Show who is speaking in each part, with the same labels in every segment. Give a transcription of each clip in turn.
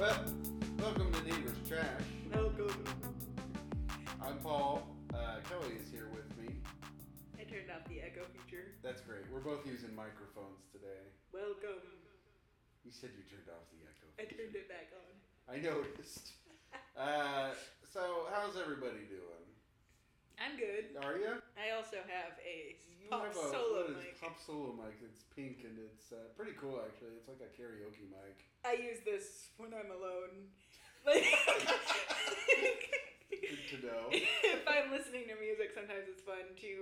Speaker 1: Well, welcome to Neighbors Trash.
Speaker 2: Welcome.
Speaker 1: I'm Paul. Uh, Kelly is here with me.
Speaker 2: I turned off the echo feature.
Speaker 1: That's great. We're both using microphones today.
Speaker 2: Welcome.
Speaker 1: You said you turned off the echo.
Speaker 2: I turned it back on.
Speaker 1: I noticed. Uh, so, how's everybody doing?
Speaker 2: I'm good.
Speaker 1: Are you?
Speaker 2: I also have a
Speaker 1: You
Speaker 2: pop
Speaker 1: have a
Speaker 2: solo
Speaker 1: what is
Speaker 2: mic.
Speaker 1: pop solo mic. It's pink and it's uh, pretty cool actually. It's like a karaoke mic.
Speaker 2: I use this when I'm alone. Like,
Speaker 1: Good to know.
Speaker 2: if I'm listening to music, sometimes it's fun to.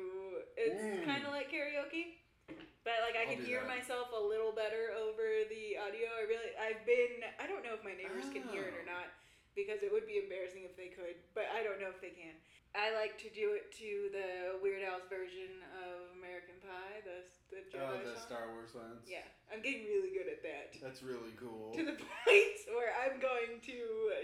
Speaker 2: It's
Speaker 1: Mm.
Speaker 2: kind of like karaoke, but like I
Speaker 1: I'll
Speaker 2: can
Speaker 1: do
Speaker 2: hear
Speaker 1: that.
Speaker 2: myself a little better over the audio. I really, I've been. I don't know if my neighbors can hear it
Speaker 1: Oh.
Speaker 2: or not because it would be embarrassing if they could, but I don't know if they can. I like to do it to the Weird Al's version of American Pie, the the Jedi
Speaker 1: Oh, the
Speaker 2: song.
Speaker 1: Star Wars lens.
Speaker 2: Yeah, I'm getting really good at that.
Speaker 1: That's really cool.
Speaker 2: To the point where I'm going to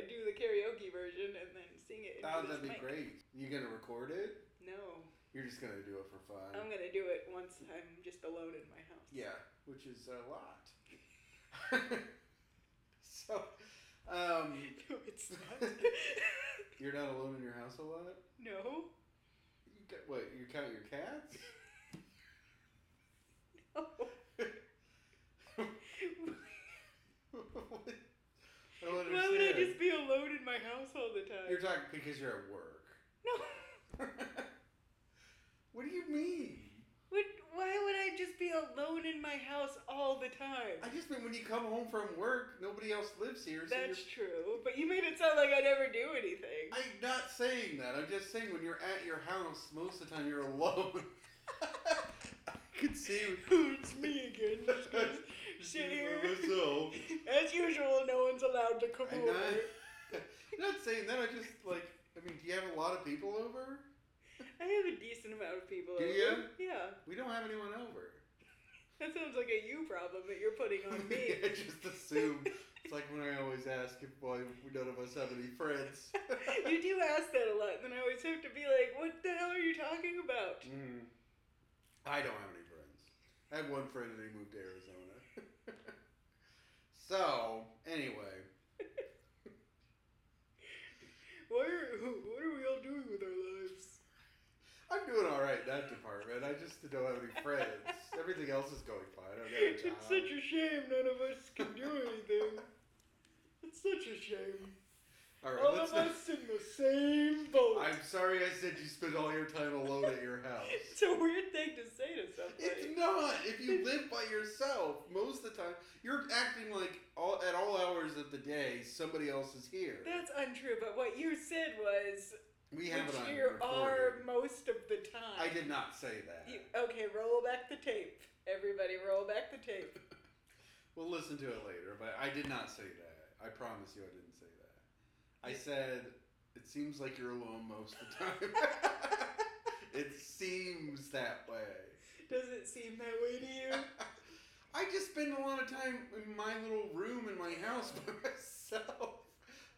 Speaker 2: do the karaoke version and then sing it. into
Speaker 1: Oh,
Speaker 2: this
Speaker 1: that'd be
Speaker 2: mic.
Speaker 1: great. You gonna record it?
Speaker 2: No.
Speaker 1: You're just gonna do it for fun.
Speaker 2: I'm gonna do it once I'm just alone in my house.
Speaker 1: Yeah, which is a lot. so, um,
Speaker 2: No, it's not.
Speaker 1: you're not alone in your house a lot.
Speaker 2: no.
Speaker 1: You got, what? You count your cats?
Speaker 2: No.
Speaker 1: I don't
Speaker 2: Why would I
Speaker 1: understand.
Speaker 2: just be alone in my house all the time?
Speaker 1: You're talking because you're at work.
Speaker 2: no.
Speaker 1: what do you mean?
Speaker 2: What, why would I just be alone in my house all the time?
Speaker 1: I just mean when you come home from work, nobody else lives here. So you're
Speaker 2: That's true. But you made it sound like I never do anything.
Speaker 1: I'm not saying that. I'm just saying when you're at your house, most of the time you're alone. I could see.
Speaker 2: Oh, it's me again. Just gonna Sit here.
Speaker 1: myself.
Speaker 2: As usual, no one's allowed to come
Speaker 1: I'm
Speaker 2: over.
Speaker 1: not, I'm not saying that. I just like. I mean, do you have a lot of people over?
Speaker 2: I have a decent amount of people.
Speaker 1: Do
Speaker 2: over. Yeah.
Speaker 1: We don't have anyone over.
Speaker 2: That sounds like a you problem that you're putting on me.
Speaker 1: I just assume. It's like when I always ask if why none of us have any friends.
Speaker 2: you do ask that a lot, and then I always have to be like, "What the hell are you talking about?"
Speaker 1: Mm. I don't have any friends. I have one friend and he moved to Arizona. so, anyway.
Speaker 2: Why are what are we all doing with our lives?
Speaker 1: I'm doing all right in that department. I just don't have any friends. Everything else is going fine. I don't have a job.
Speaker 2: It's such a shame none of us can do anything. It's such a shame.
Speaker 1: all right,
Speaker 2: All of
Speaker 1: let's not-
Speaker 2: us in the same boat.
Speaker 1: I'm sorry I said you spend all your time alone at your house.
Speaker 2: it's a weird thing to say to somebody.
Speaker 1: It's not. If you live by yourself, most of the time you're acting like all at all hours of the day somebody else is here.
Speaker 2: That's untrue. But what you said was,
Speaker 1: we have
Speaker 2: which
Speaker 1: it on
Speaker 2: here are
Speaker 1: recording.
Speaker 2: most of the time.
Speaker 1: I did not say that.
Speaker 2: You, okay, roll back the tape. Everybody, roll back the tape.
Speaker 1: We'll listen to it later, but I did not say that. I promise you I didn't say that. I said, it seems like you're alone most of the time. it seems that way.
Speaker 2: Does it seem that way to you?
Speaker 1: I just spend a lot of time in my little room in my house by myself.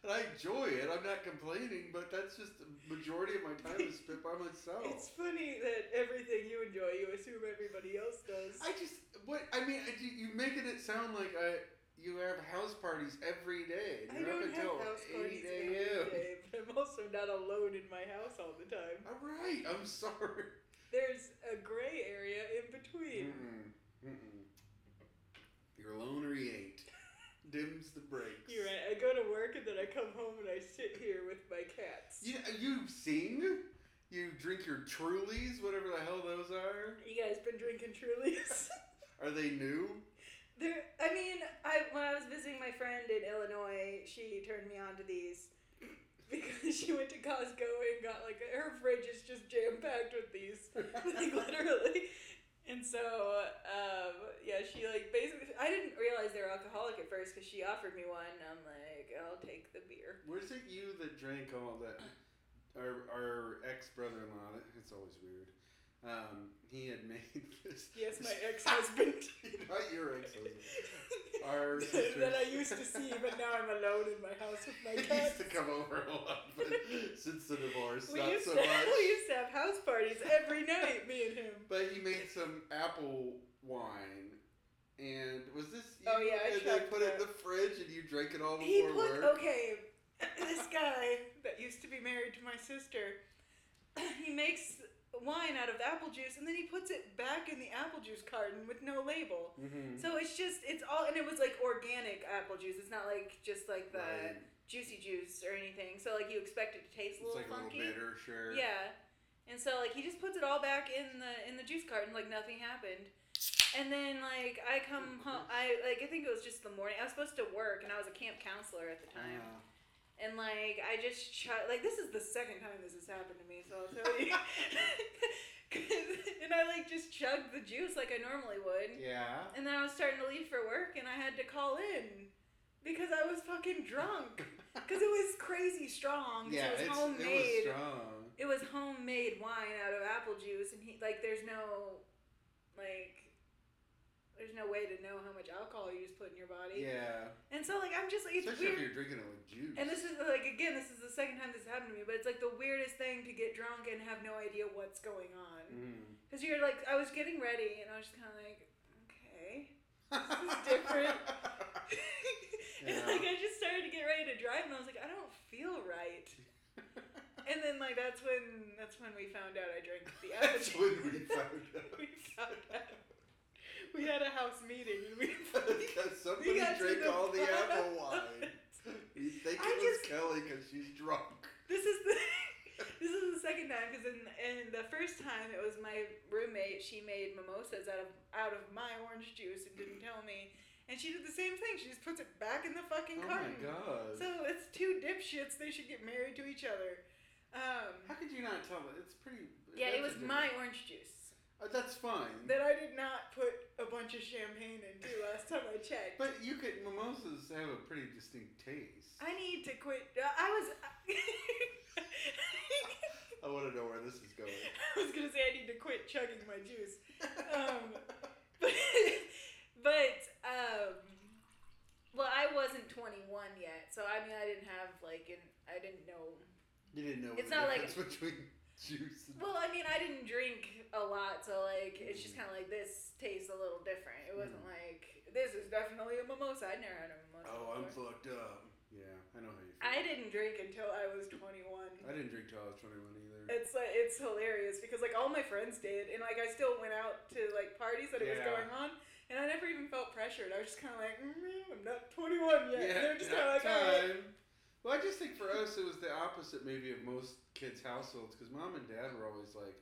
Speaker 1: And I enjoy it. I'm not complaining, but that's just the majority of my time is spent by myself.
Speaker 2: It's funny that everything you enjoy, you assume everybody else does.
Speaker 1: I just what I mean. I- you- You making it sound like I you have house parties every day.
Speaker 2: I
Speaker 1: You're up
Speaker 2: don't
Speaker 1: until
Speaker 2: have house
Speaker 1: 8
Speaker 2: parties every
Speaker 1: a.m..
Speaker 2: day, but I'm also not alone in my house all the time.
Speaker 1: All right. I'm sorry.
Speaker 2: There's a gray area in between.
Speaker 1: Mm-mm, mm-mm. You're alone or you ain't. Dims the brakes.
Speaker 2: You're right. I go to work and then I come home and I sit here with my cats.
Speaker 1: You you sing. You drink your Trulies, whatever the hell those are.
Speaker 2: You guys been drinking Trulies?
Speaker 1: Are they new?
Speaker 2: There, I mean, I when I was visiting my friend in Illinois, she turned me on to these because she went to Costco and got like her fridge is just jam packed with these, like literally. And so, um, yeah, she like basically. I didn't realize they were alcoholic at first because she offered me one. and I'm like, I'll take the beer.
Speaker 1: Was it you that drank all that? Our, our ex brother in law, it's always weird. Um, he had made this.
Speaker 2: Yes, my ex-husband.
Speaker 1: Not your ex husband. Our sister.
Speaker 2: that I used to see, but now I'm alone in my house with my
Speaker 1: He
Speaker 2: cats.
Speaker 1: used to come over a lot, but since the divorce,
Speaker 2: We
Speaker 1: not
Speaker 2: used,
Speaker 1: so
Speaker 2: to,
Speaker 1: much.
Speaker 2: we used to have house parties every night, me and him.
Speaker 1: But he made some apple wine And was this? You?
Speaker 2: Oh, yeah, I
Speaker 1: And they
Speaker 2: checked
Speaker 1: put it in
Speaker 2: that.
Speaker 1: the fridge, and you drank it all
Speaker 2: He
Speaker 1: before
Speaker 2: put
Speaker 1: work.
Speaker 2: okay. This guy that used to be married to my sister, he makes wine out of apple juice and then he puts it back in the apple juice carton with no label.
Speaker 1: Mm-hmm.
Speaker 2: So it's just it's all and it was like organic apple juice. It's not like just like the
Speaker 1: right.
Speaker 2: juicy juice or anything. So like you expect it to taste
Speaker 1: It's
Speaker 2: a little
Speaker 1: like
Speaker 2: funky.
Speaker 1: a little bitter, sure.
Speaker 2: Yeah. And so like he just puts it all back in the in the juice carton like nothing happened. And then like I come home I like I think it was just the morning. I was supposed to work and I was a camp counselor at the time.
Speaker 1: Uh,
Speaker 2: And like I just shut like this is the second time this has happened to me, so I'll tell you. 'Cause- and I like just chugged the juice like I normally would.
Speaker 1: yeah.
Speaker 2: And then I was starting to leave for work and I had to call in because I was fucking drunk. Because it was crazy strong. 'cause
Speaker 1: yeah,
Speaker 2: it was
Speaker 1: it's,
Speaker 2: Um, homemade
Speaker 1: it was strong.
Speaker 2: it was homemade wine out of apple juice and he like there's no like there's no way to know how much alcohol you just put in your body
Speaker 1: Yeah.
Speaker 2: and so like i'm just like it's
Speaker 1: Especially if
Speaker 2: weird
Speaker 1: you're drinking it with juice.
Speaker 2: and this is like again this is the second time this happened to me but it's like the weirdest thing to get drunk and have no idea what's going on
Speaker 1: Mm.
Speaker 2: because you're like i was getting ready and i was just kind of like okay is different. and
Speaker 1: Yeah.
Speaker 2: like i just started to get ready to drive and i was like i don't feel right and then like that's when that's when we found out i drank the apple
Speaker 1: That's when we
Speaker 2: juice.
Speaker 1: found out.
Speaker 2: we found out. We had a house meeting and we.
Speaker 1: Because somebody
Speaker 2: got to
Speaker 1: drank
Speaker 2: the
Speaker 1: all the
Speaker 2: bottom
Speaker 1: apple
Speaker 2: of
Speaker 1: wine. You think
Speaker 2: I
Speaker 1: it was
Speaker 2: just-
Speaker 1: Kelly because she's drunk.
Speaker 2: This is the. This is the second time because in, in the first time it was my roommate. She made mimosas out of out of my orange juice and didn't tell me. And she did the same thing. She just puts it back in the fucking
Speaker 1: Oh my
Speaker 2: carton.
Speaker 1: god.
Speaker 2: So it's two dipshits. They should get married to each other.
Speaker 1: How
Speaker 2: Um,
Speaker 1: could you not tell? It's pretty.
Speaker 2: yeah, it
Speaker 1: that's
Speaker 2: was
Speaker 1: a
Speaker 2: my
Speaker 1: different-
Speaker 2: orange juice
Speaker 1: Uh, that's fine.
Speaker 2: that I did not put a bunch of champagne into last time I checked.
Speaker 1: But you could mimosas have a pretty distinct taste.
Speaker 2: I need to quit. Uh, I was.
Speaker 1: I want to know where this is going.
Speaker 2: I was gonna say I need to quit chugging my juice, Um, but but um, well, I wasn't 21 yet, so I mean I didn't have like an I didn't know.
Speaker 1: you didn't know
Speaker 2: it's
Speaker 1: the
Speaker 2: not like-
Speaker 1: difference between juice. And,
Speaker 2: Well, I mean I didn't drink a lot, so like it's just kind of like this tastes a little different. It wasn't
Speaker 1: Mm.
Speaker 2: like this is definitely a mimosa. I'd never had a mimosa.
Speaker 1: oh, I'm
Speaker 2: before.
Speaker 1: fucked up. Yeah, I know how you feel.
Speaker 2: I didn't drink until I was 21.
Speaker 1: I didn't drink till I was 21 either.
Speaker 2: It's like it's hilarious because like all my friends did, and like I still went out to like parties that it was
Speaker 1: Yeah.
Speaker 2: going on, and I never even felt pressured. I was just kind of like, mm, I'm not 21 yet. and they're just kind of
Speaker 1: that
Speaker 2: like, all right.
Speaker 1: time. Well, I just think for us it was the opposite maybe of most kids' households because mom and dad were always like.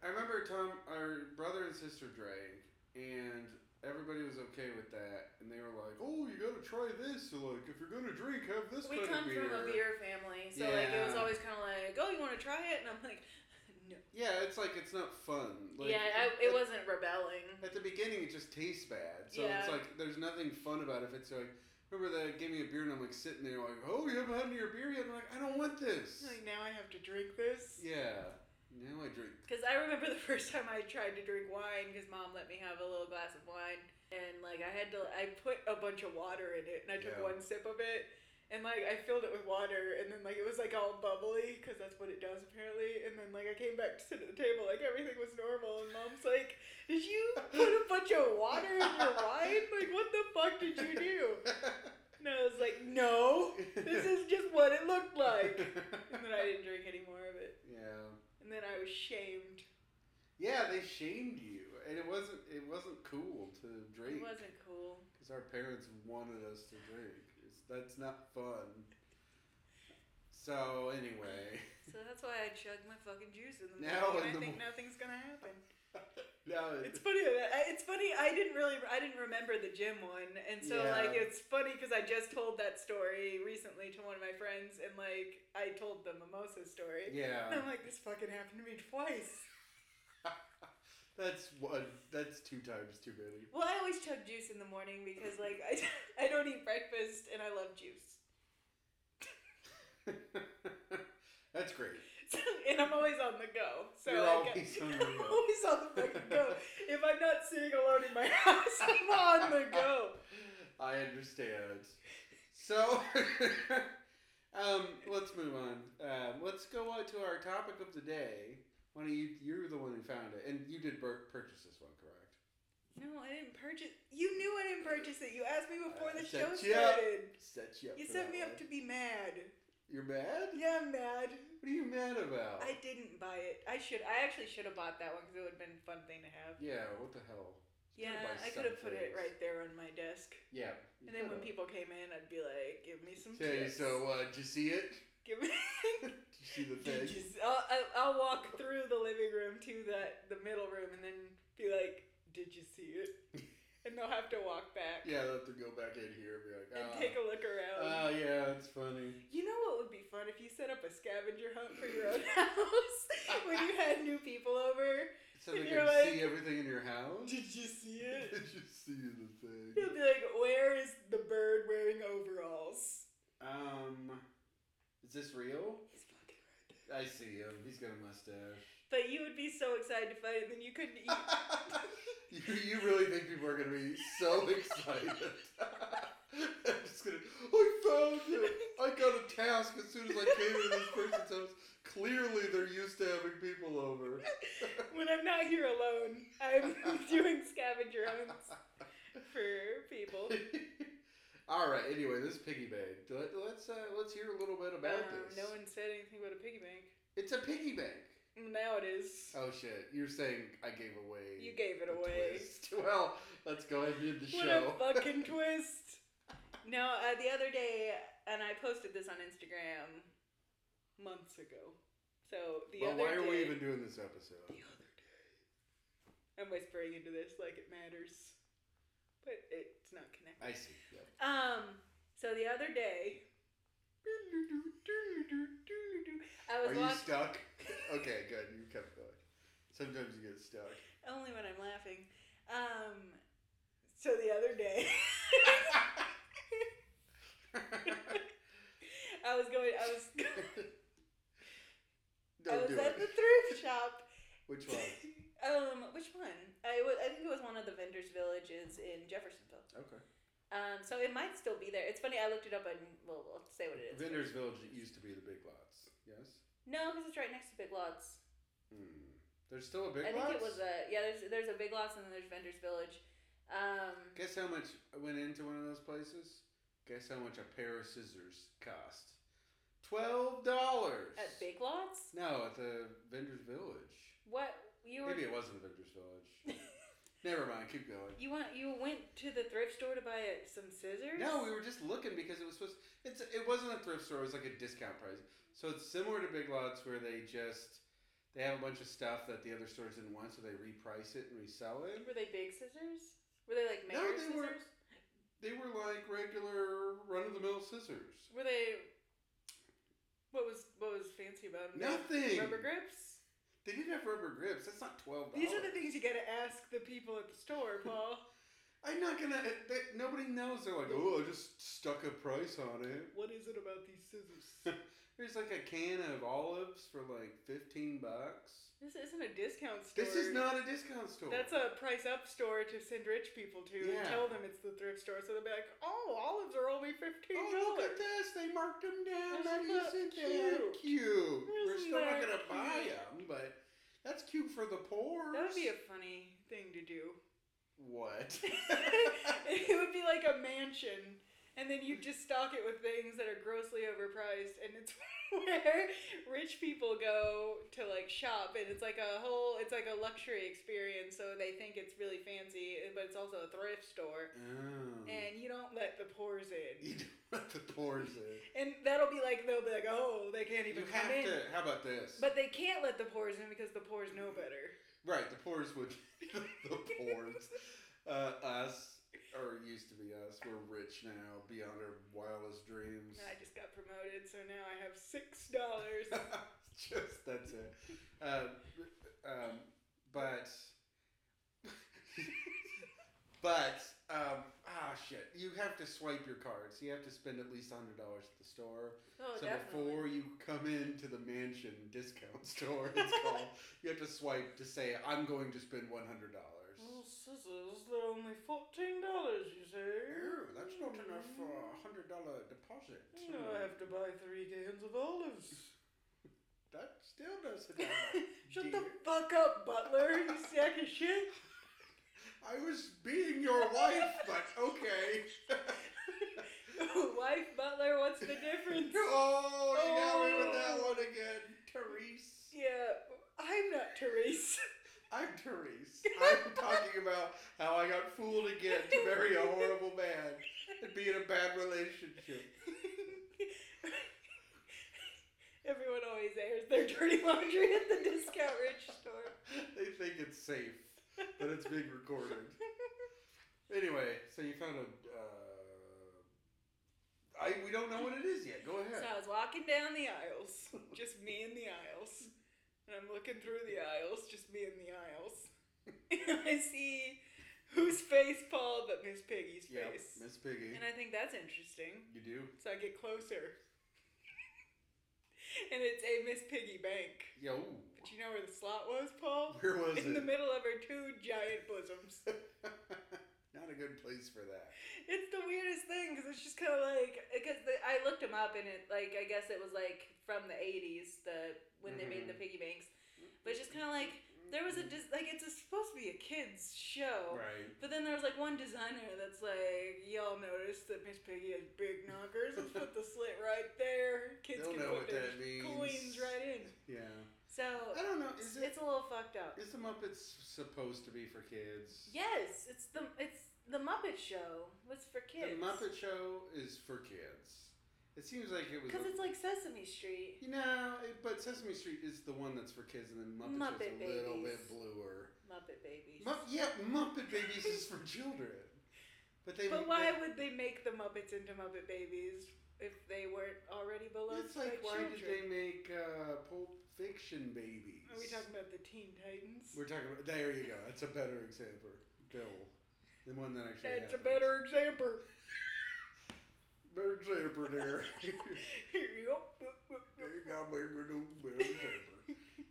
Speaker 1: I remember Tom, our brother and sister drank, and everybody was okay with that, and they were like, "Oh, you gotta try this. So, like, if you're gonna drink, have this
Speaker 2: we
Speaker 1: kind of
Speaker 2: come
Speaker 1: beer."
Speaker 2: from a beer family, so like it was
Speaker 1: Yeah.
Speaker 2: always kind of like, oh, you want to try it? And I'm like, no.
Speaker 1: Yeah, it's like it's not fun. Like, uh,
Speaker 2: yeah, I,
Speaker 1: at-
Speaker 2: it wasn't rebelling.
Speaker 1: At the beginning, it just tastes bad. So
Speaker 2: Yeah.
Speaker 1: it's like there's nothing fun about it. If it's like, remember they gave me a beer and I'm like sitting there like, oh, you haven't had any of your beer yet. I'm like, I don't want this.
Speaker 2: Like now I have to drink this.
Speaker 1: Yeah. Now I drink.
Speaker 2: Because I remember the first time I tried to drink wine because mom let me have a little glass of wine. And like I had to, I put a bunch of water in it and I took
Speaker 1: Yeah.
Speaker 2: one sip of it. And like I filled it with water and then like it was like all bubbly because that's what it does apparently. And then like I came back to sit at the table, like everything was normal. And mom's like, Did you put a bunch of water in your wine? Like what the fuck did you do? And I was like, No, this is just what it looked like. And then I didn't drink any more of it.
Speaker 1: yeah.
Speaker 2: And then I was shamed.
Speaker 1: Yeah, they shamed you, and it wasn't it wasn't cool to drink
Speaker 2: It wasn't cool.
Speaker 1: because our parents wanted us to drink. It's, that's not fun. So anyway.
Speaker 2: So that's why I chug my fucking juice in the morning.
Speaker 1: Now in
Speaker 2: and I
Speaker 1: the
Speaker 2: think
Speaker 1: mor-
Speaker 2: nothing's gonna happen.
Speaker 1: Now it-
Speaker 2: It's funny. that- I- It's funny. I didn't really. I didn't remember the gym one, and so
Speaker 1: Yeah.
Speaker 2: like it's funny because I just told that story recently to one of my friends, and like I told the mimosa story. And
Speaker 1: yeah.
Speaker 2: I'm like, this fucking happened to me twice.
Speaker 1: That's one. That's two times too many.
Speaker 2: Well, I always chug juice in the morning because like I, I don't eat breakfast and I love juice.
Speaker 1: That's great.
Speaker 2: So, and I'm always on the go. So
Speaker 1: You're
Speaker 2: like,
Speaker 1: always on the
Speaker 2: I'm
Speaker 1: go.
Speaker 2: always on the fucking go. If I'm not sitting alone in my house, I'm on the go.
Speaker 1: I understand. So, um, let's move on. Um, let's go on to our topic of the day. Why don't you? You're the one who found it, and you did bur- purchase this one, correct?
Speaker 2: No, I didn't purchase. You knew I didn't purchase it. You asked me before
Speaker 1: I
Speaker 2: the
Speaker 1: set
Speaker 2: show
Speaker 1: you up.
Speaker 2: started.
Speaker 1: Set you up.
Speaker 2: You
Speaker 1: for
Speaker 2: set
Speaker 1: that
Speaker 2: me
Speaker 1: one.
Speaker 2: up to be mad.
Speaker 1: You're mad?
Speaker 2: Yeah, I'm mad.
Speaker 1: What are you mad about?
Speaker 2: I didn't buy it. I should. I actually should have bought that one because it would have been a fun thing to have.
Speaker 1: Yeah, what the hell? You could've
Speaker 2: Yeah,
Speaker 1: bought
Speaker 2: I could have put it
Speaker 1: something.
Speaker 2: right there on my desk.
Speaker 1: Yeah.
Speaker 2: And then when people came in, I'd be like, "Give me some
Speaker 1: Okay,
Speaker 2: chips."
Speaker 1: so uh, did you see it?
Speaker 2: Give me.
Speaker 1: did you see the thing?
Speaker 2: Did you s- I'll, I'll- I'll walk through the living room to that the middle room and then be like, "Did you see it?" And they'll have to walk back
Speaker 1: Yeah, they'll have to go back in here
Speaker 2: and
Speaker 1: and be
Speaker 2: take
Speaker 1: like,
Speaker 2: a look
Speaker 1: oh,
Speaker 2: around.
Speaker 1: oh yeah, that's funny.
Speaker 2: You know what would be fun if you set up a scavenger hunt for your own house when you had new people over?
Speaker 1: So
Speaker 2: And
Speaker 1: they
Speaker 2: you're
Speaker 1: can
Speaker 2: like-
Speaker 1: see everything in your house?
Speaker 2: Did you see it?
Speaker 1: Did you see the thing?
Speaker 2: You'll be like, where is the bird wearing overalls?
Speaker 1: Um, is this real?
Speaker 2: He's fucking right there.
Speaker 1: I see him. He's got a mustache.
Speaker 2: But you would be so excited to find it, then you couldn't eat.
Speaker 1: you, you really think people are gonna be so excited? I'm just gonna. I found it. I got a task as soon as I came into this person's house. Clearly, they're used to having people over.
Speaker 2: when I'm not here alone, I'm doing scavenger hunts for people.
Speaker 1: All right. Anyway, this piggy bank. Let, let's uh, let's hear a little bit about
Speaker 2: Um,
Speaker 1: this.
Speaker 2: no one said anything about a piggy bank.
Speaker 1: It's a piggy bank.
Speaker 2: Now it is.
Speaker 1: Oh shit! You're saying I gave away.
Speaker 2: You gave it
Speaker 1: the
Speaker 2: away.
Speaker 1: twist. Well, let's go ahead and end the
Speaker 2: What
Speaker 1: show.
Speaker 2: a fucking twist! No, uh, the other day, and I posted this on Instagram months ago. So the
Speaker 1: well,
Speaker 2: other
Speaker 1: why
Speaker 2: day,
Speaker 1: are we even doing this episode?
Speaker 2: the other day, I'm whispering into this like it matters, but it's not connected.
Speaker 1: I see. Yeah.
Speaker 2: Um, so the other day, I
Speaker 1: Are
Speaker 2: was
Speaker 1: you
Speaker 2: watching
Speaker 1: stuck? Okay, good. You kept going. Sometimes you get stuck.
Speaker 2: only when I'm laughing. Um, so the other day, I was going. I was. I
Speaker 1: Don't
Speaker 2: was
Speaker 1: do it.
Speaker 2: at Oh, the thrift shop.
Speaker 1: Which one?
Speaker 2: um, which one? I wa- I think it was one of the vendors' villages in Jeffersonville.
Speaker 1: Okay.
Speaker 2: Um, so it might still be there. It's funny. I looked it up and well, we'll say what it is.
Speaker 1: Vendors Village used to be the Big Lots. Yes.
Speaker 2: No, because it's right next to Big Lots.
Speaker 1: Hmm. There's still a Big
Speaker 2: I think
Speaker 1: Lots.
Speaker 2: it was a yeah. There's there's a Big Lots and then there's Vendors Village. Um,
Speaker 1: Guess how much went into one of those places? Guess how much a pair of scissors cost? Twelve dollars.
Speaker 2: at Big Lots.
Speaker 1: No, at the Vendors Village.
Speaker 2: What you were
Speaker 1: Maybe it wasn't Vendors Village. Never mind. Keep going.
Speaker 2: you want you went to the thrift store to buy uh, some scissors?
Speaker 1: No, we were just looking because it was supposed. It's it wasn't a thrift store. It was like a discount price. So it's similar to Big Lots where they just they have a bunch of stuff that the other stores didn't want, so they reprice it and resell it.
Speaker 2: Were they big scissors? Were they like
Speaker 1: No,
Speaker 2: major
Speaker 1: they
Speaker 2: scissors?
Speaker 1: were- They were like regular run of the mill scissors.
Speaker 2: Were they? What was what was fancy about them?
Speaker 1: Nothing.
Speaker 2: Rubber grips.
Speaker 1: They didn't have rubber grips. That's not twelve dollars.
Speaker 2: These are the things you gotta ask the people at the store, Paul.
Speaker 1: I'm not gonna. That, nobody knows. They're like, oh, I just stuck a price on it.
Speaker 2: what is it about these scissors?
Speaker 1: There's like a can of olives for like fifteen bucks.
Speaker 2: this isn't a discount store.
Speaker 1: This is not a discount store.
Speaker 2: That's a price up store to send rich people to and
Speaker 1: Yeah.
Speaker 2: tell them it's the thrift store. So they'll be like, "Oh, olives are only fifteen
Speaker 1: Oh, look at
Speaker 2: dollars."
Speaker 1: this. They marked them down.
Speaker 2: Isn't
Speaker 1: That
Speaker 2: that
Speaker 1: isn't that cute. We're
Speaker 2: Isn't
Speaker 1: still not
Speaker 2: that
Speaker 1: going to buy
Speaker 2: cute?
Speaker 1: them, but that's cute for the poor.
Speaker 2: That would be a funny thing to do.
Speaker 1: What? Oh.
Speaker 2: it would be like a mansion, and then you just stock it with things that are grossly overpriced, and it's where rich people go to like shop, and it's like a whole, it's like a luxury experience. So they think it's really fancy, but it's also a thrift store,
Speaker 1: Oh.
Speaker 2: and you don't let the poor's in.
Speaker 1: you don't let the poor in.
Speaker 2: And that'll be like they'll be like, oh, they can't
Speaker 1: You
Speaker 2: even
Speaker 1: have
Speaker 2: come in.
Speaker 1: to. How about this?
Speaker 2: But they can't let the poor's in because the poor's know better.
Speaker 1: right, the poor's would. the poor's. Uh, us, or used to be us, we're rich now, beyond our wildest dreams.
Speaker 2: I just got promoted, so now I have six dollars.
Speaker 1: Just that's it. Um, um, but but um, ah shit, you have to swipe your cards. You have to spend at least hundred dollars at the store.
Speaker 2: Oh,
Speaker 1: so
Speaker 2: definitely.
Speaker 1: before you come into the mansion discount store, it's called, you have to swipe to say I'm going to spend one hundred dollars.
Speaker 2: Little scissors, they're only fourteen dollars, you say?
Speaker 1: Oh, that's not enough for a hundred dollar deposit.
Speaker 2: Mm. Mm-hmm. You know I have to buy three cans of olives.
Speaker 1: That still doesn't. help,
Speaker 2: Shut
Speaker 1: dear.
Speaker 2: the fuck up, butler, you sack of shit.
Speaker 1: I was Oh,
Speaker 2: Oh.
Speaker 1: how I got fooled again to marry a horrible man and be in a bad relationship.
Speaker 2: Everyone always airs their dirty laundry at the discount rich store.
Speaker 1: They think it's safe, but it's being recorded. Anyway, so you found a. Uh, I we don't know what it is yet. Go
Speaker 2: So
Speaker 1: ahead.
Speaker 2: I was walking down the aisles, just me in the aisles, and I'm looking through the aisles, just me in the aisles, and I see whose face, Paul, but Miss Piggy's
Speaker 1: yep,
Speaker 2: face,
Speaker 1: Miss Piggy.
Speaker 2: and I think that's interesting.
Speaker 1: you do.
Speaker 2: So I get closer, and it's a Miss Piggy bank.
Speaker 1: Yo,
Speaker 2: But you know where the slot was, Paul?
Speaker 1: where was
Speaker 2: Oh. In the
Speaker 1: it?
Speaker 2: middle of her two giant bosoms.
Speaker 1: Not a good place for that.
Speaker 2: It's the weirdest thing because it's just kind of like because the, I looked them up and it like I guess it was like from the '80s the when they made
Speaker 1: Mm-hmm.
Speaker 2: the piggy banks, but it's just kind of like there was a dis- like it's a, supposed to be a kids show,
Speaker 1: Right.
Speaker 2: but then there was like one designer that's like y'all noticed that Miss Piggy has big knockers. Let's put the slit right there. Kids
Speaker 1: They'll
Speaker 2: can
Speaker 1: know
Speaker 2: put
Speaker 1: what
Speaker 2: their
Speaker 1: that means.
Speaker 2: coins right in.
Speaker 1: Yeah.
Speaker 2: So
Speaker 1: I don't know. Is it
Speaker 2: Oh. it's a little fucked up.
Speaker 1: is the Muppets supposed to be for kids?
Speaker 2: Yes, it's the it's the Muppet Show. What's for kids?
Speaker 1: The Muppet Show is for kids. It seems like it was.
Speaker 2: Because
Speaker 1: a-
Speaker 2: it's like Sesame Street.
Speaker 1: you know, it, but Sesame Street is the one that's for kids, and then Muppet, Show's a
Speaker 2: Muppet
Speaker 1: little
Speaker 2: Babies.
Speaker 1: bit bluer.
Speaker 2: Muppet Babies.
Speaker 1: Mupp yeah, Muppet Babies is for children. But they.
Speaker 2: but why would they make the Muppets into Muppet Babies if they weren't already beloved
Speaker 1: It's like
Speaker 2: by
Speaker 1: why
Speaker 2: children?
Speaker 1: did they make uh, Pulp Fiction Babies?
Speaker 2: Are we talking about the Teen Titans?
Speaker 1: We're talking about. There you go. That's a better example, Bill. The one that actually.
Speaker 2: That's a
Speaker 1: happened.
Speaker 2: better example.
Speaker 1: Better example there.
Speaker 2: Yep.
Speaker 1: You got me with a better example.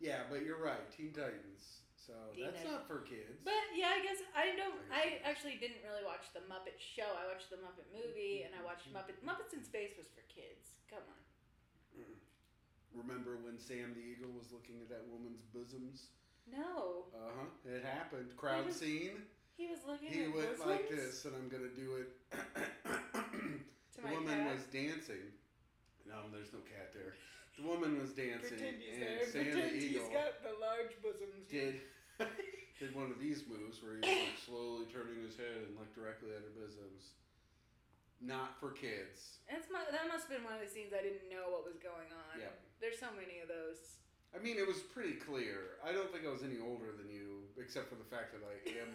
Speaker 1: Yeah, but you're right. Teen Titans. So
Speaker 2: Teen
Speaker 1: that's
Speaker 2: Titans.
Speaker 1: not for kids.
Speaker 2: But yeah, I guess I don't. I actually didn't really watch the Muppet Show. I watched the Muppet movie, and I watched Muppet Muppets in Space was for kids. Come on.
Speaker 1: Remember when Sam the Eagle was looking at that woman's bosoms?
Speaker 2: No,
Speaker 1: Uh huh. It happened. Crowd
Speaker 2: was-
Speaker 1: scene.
Speaker 2: he was looking
Speaker 1: He
Speaker 2: at
Speaker 1: went
Speaker 2: bosoms
Speaker 1: like this, and I'm gonna do it.
Speaker 2: to
Speaker 1: the
Speaker 2: my
Speaker 1: woman
Speaker 2: cat.
Speaker 1: was dancing. No, there's no cat there. The woman was dancing,
Speaker 2: Pretend he's there.
Speaker 1: and Sam the
Speaker 2: Pretend he's
Speaker 1: Eagle
Speaker 2: got the large bosoms.
Speaker 1: did did one of these moves where he was like slowly turning his head and looked directly at her bosoms. Not for kids.
Speaker 2: That's my, that must have been one of the scenes I didn't know what was going on.
Speaker 1: Yeah.
Speaker 2: There's so many of those.
Speaker 1: I mean, it was pretty clear. I don't think I was any older than you, except for the fact that I am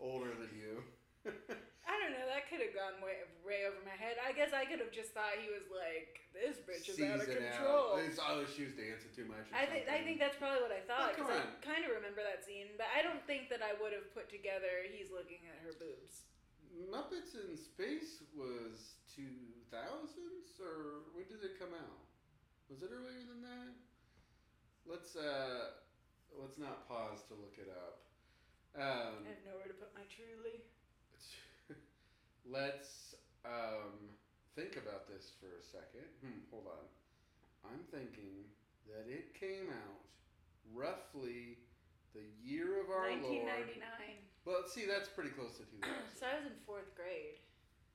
Speaker 1: older than you.
Speaker 2: I don't know. That could have gone way, way over my head. I guess I could have just thought he was like, this bitch is out of
Speaker 1: Season
Speaker 2: control.
Speaker 1: It's, oh, she was dancing too much. or
Speaker 2: I think I
Speaker 1: something.
Speaker 2: think that's probably what I thought
Speaker 1: Oh, come
Speaker 2: because
Speaker 1: on.
Speaker 2: I kind of remember that scene, but I don't think that I would have put together he's looking at her boobs.
Speaker 1: Muppets in Space was 2000s, or when did it come out? Was it earlier than that? Let's uh, let's not pause to look it up. Um,
Speaker 2: I have nowhere to put my truly.
Speaker 1: let's um, think about this for a second. Hmm, hold on. I'm thinking that it came out roughly the year of our Lord.
Speaker 2: 1999.
Speaker 1: But see, that's pretty close to 2000.
Speaker 2: so I was in fourth grade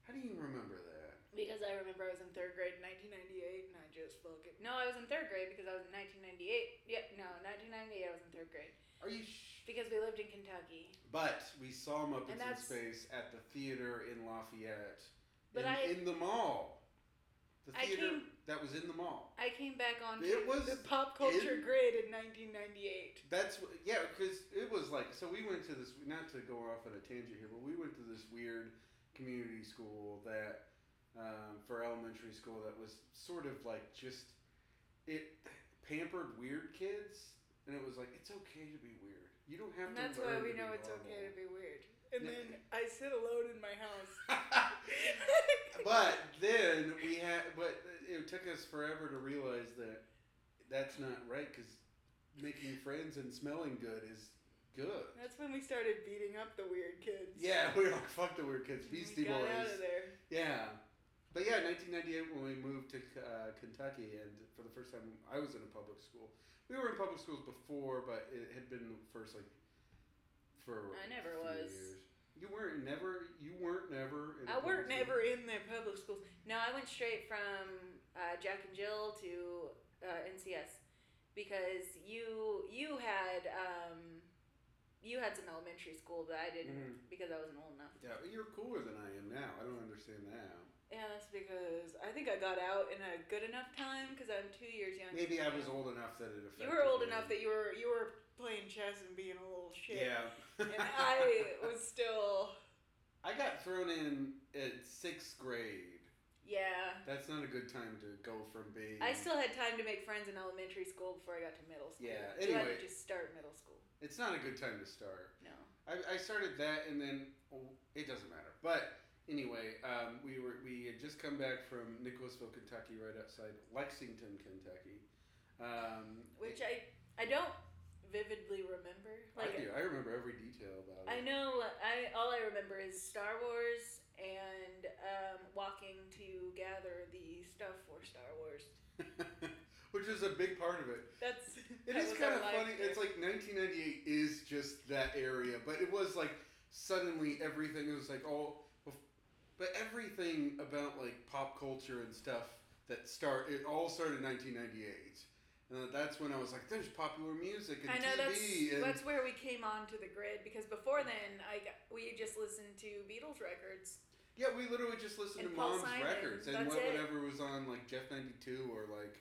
Speaker 1: How do you remember that?
Speaker 2: because I remember I was in third grade in 1998 and I just fucking no, I was in third grade because I was in 1998. Yeah, no, 1998. I was in third grade
Speaker 1: Are you sh-
Speaker 2: because we lived in Kentucky.
Speaker 1: But we saw Muppets in
Speaker 2: And that's-
Speaker 1: Space at the theater in Lafayette. in,
Speaker 2: But I-
Speaker 1: in the mall. The
Speaker 2: I
Speaker 1: theater
Speaker 2: came-
Speaker 1: that was in the mall.
Speaker 2: I came back on
Speaker 1: It was
Speaker 2: the pop culture grade in 1998.
Speaker 1: That's wh- yeah, because it was like so. We went to this not to go off on a tangent here, but we went to this weird community school that um, for elementary school that was sort of like just it pampered weird kids, and it was like it's okay to be weird. You don't have
Speaker 2: And
Speaker 1: to.
Speaker 2: that's
Speaker 1: learn
Speaker 2: why
Speaker 1: to
Speaker 2: we know
Speaker 1: be
Speaker 2: it's okay to
Speaker 1: normal.
Speaker 2: be weird. And
Speaker 1: Yeah.
Speaker 2: then I sit alone in my house.
Speaker 1: but then we had, but it took us forever to realize that that's not right because making friends and smelling good is good.
Speaker 2: That's when we started beating up the weird kids.
Speaker 1: Yeah, we were like, fuck the weird kids,
Speaker 2: And we
Speaker 1: Beastie
Speaker 2: got out of
Speaker 1: Boys.
Speaker 2: there.
Speaker 1: Yeah. But yeah, 1998 when we moved to uh, Kentucky, and for the first time I was in a public school. We were in public schools before, but it had been the first like for
Speaker 2: I never
Speaker 1: a few
Speaker 2: was.
Speaker 1: Years. You weren't never. You weren't never. In a
Speaker 2: I
Speaker 1: public
Speaker 2: weren't
Speaker 1: school?
Speaker 2: never in the public schools. No, I went straight from uh, Jack and Jill to uh, NCS because you you had um, you had some elementary school, but I didn't
Speaker 1: Mm-hmm.
Speaker 2: because I wasn't old enough.
Speaker 1: Yeah, but you're cooler than I am now. I don't understand now.
Speaker 2: Yeah, that's because I think I got out in a good enough time because I'm two years younger.
Speaker 1: Maybe
Speaker 2: than
Speaker 1: I
Speaker 2: you.
Speaker 1: was old enough that it affected.
Speaker 2: You were old
Speaker 1: me.
Speaker 2: enough that you were you were playing chess and being a little shit.
Speaker 1: Yeah.
Speaker 2: And I was still
Speaker 1: I got thrown in at sixth grade.
Speaker 2: yeah.
Speaker 1: That's not a good time to go from being.
Speaker 2: I still had time to make friends in elementary school before I got to middle school.
Speaker 1: Yeah,
Speaker 2: You had
Speaker 1: anyway.
Speaker 2: to just start middle school.
Speaker 1: It's not a good time to start.
Speaker 2: No.
Speaker 1: I, I started that, and then oh, it doesn't matter. But anyway, um, we were we had just come back from Nicholasville, Kentucky, right outside Lexington, Kentucky. Um,
Speaker 2: Which I I don't vividly remember.
Speaker 1: I
Speaker 2: Like
Speaker 1: do. I remember every detail about it.
Speaker 2: I know. I all I remember is Star Wars and um, walking to gather the stuff for Star Wars.
Speaker 1: Which is a big part of it.
Speaker 2: That's
Speaker 1: It
Speaker 2: that
Speaker 1: is
Speaker 2: was
Speaker 1: kind
Speaker 2: our
Speaker 1: of
Speaker 2: life
Speaker 1: funny.
Speaker 2: there.
Speaker 1: It's like 1998 is just that area, but it was like suddenly everything was like all. But everything about like pop culture and stuff that start it all started in 1998, and that's when I was like, "There's popular music and
Speaker 2: I know that's
Speaker 1: TV and
Speaker 2: that's where we came onto the grid because before then I got, we just listened to Beatles records.
Speaker 1: yeah." We literally just listened
Speaker 2: and
Speaker 1: to
Speaker 2: Paul
Speaker 1: mom's
Speaker 2: Simon,
Speaker 1: records and
Speaker 2: that's
Speaker 1: what,
Speaker 2: it.
Speaker 1: whatever was on like Jeff 92 or like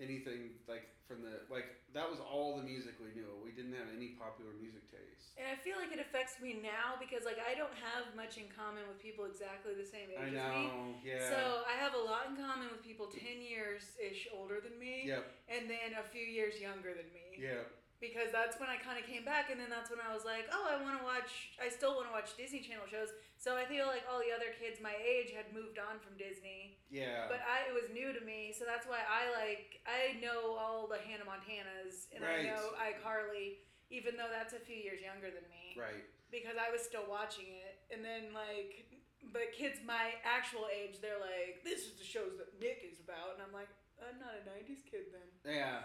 Speaker 1: anything like from the like that was all the music we knew. We didn't have any popular music taste.
Speaker 2: And I feel like it affects me now because like I don't have much in common with people exactly the same age
Speaker 1: I
Speaker 2: as me.
Speaker 1: know. Yeah.
Speaker 2: So I have a lot in common with people ten years ish older than me,
Speaker 1: Yep.
Speaker 2: and then a few years younger than me.
Speaker 1: Yeah.
Speaker 2: because that's when I kind of came back, and then that's when I was like, oh, I want to watch. I still want to watch Disney Channel shows. So I feel like all the other kids my age had moved on from Disney,
Speaker 1: Yeah.
Speaker 2: but I it was new to me. So that's why I like I know all the Hannah Montanas and
Speaker 1: Right.
Speaker 2: I know iCarly, even though that's a few years younger than me,
Speaker 1: right.
Speaker 2: because I was still watching it. And then like, but kids my actual age, they're like, this is the shows that Nick is about, and I'm like, I'm not a '90s kid then.
Speaker 1: Yeah.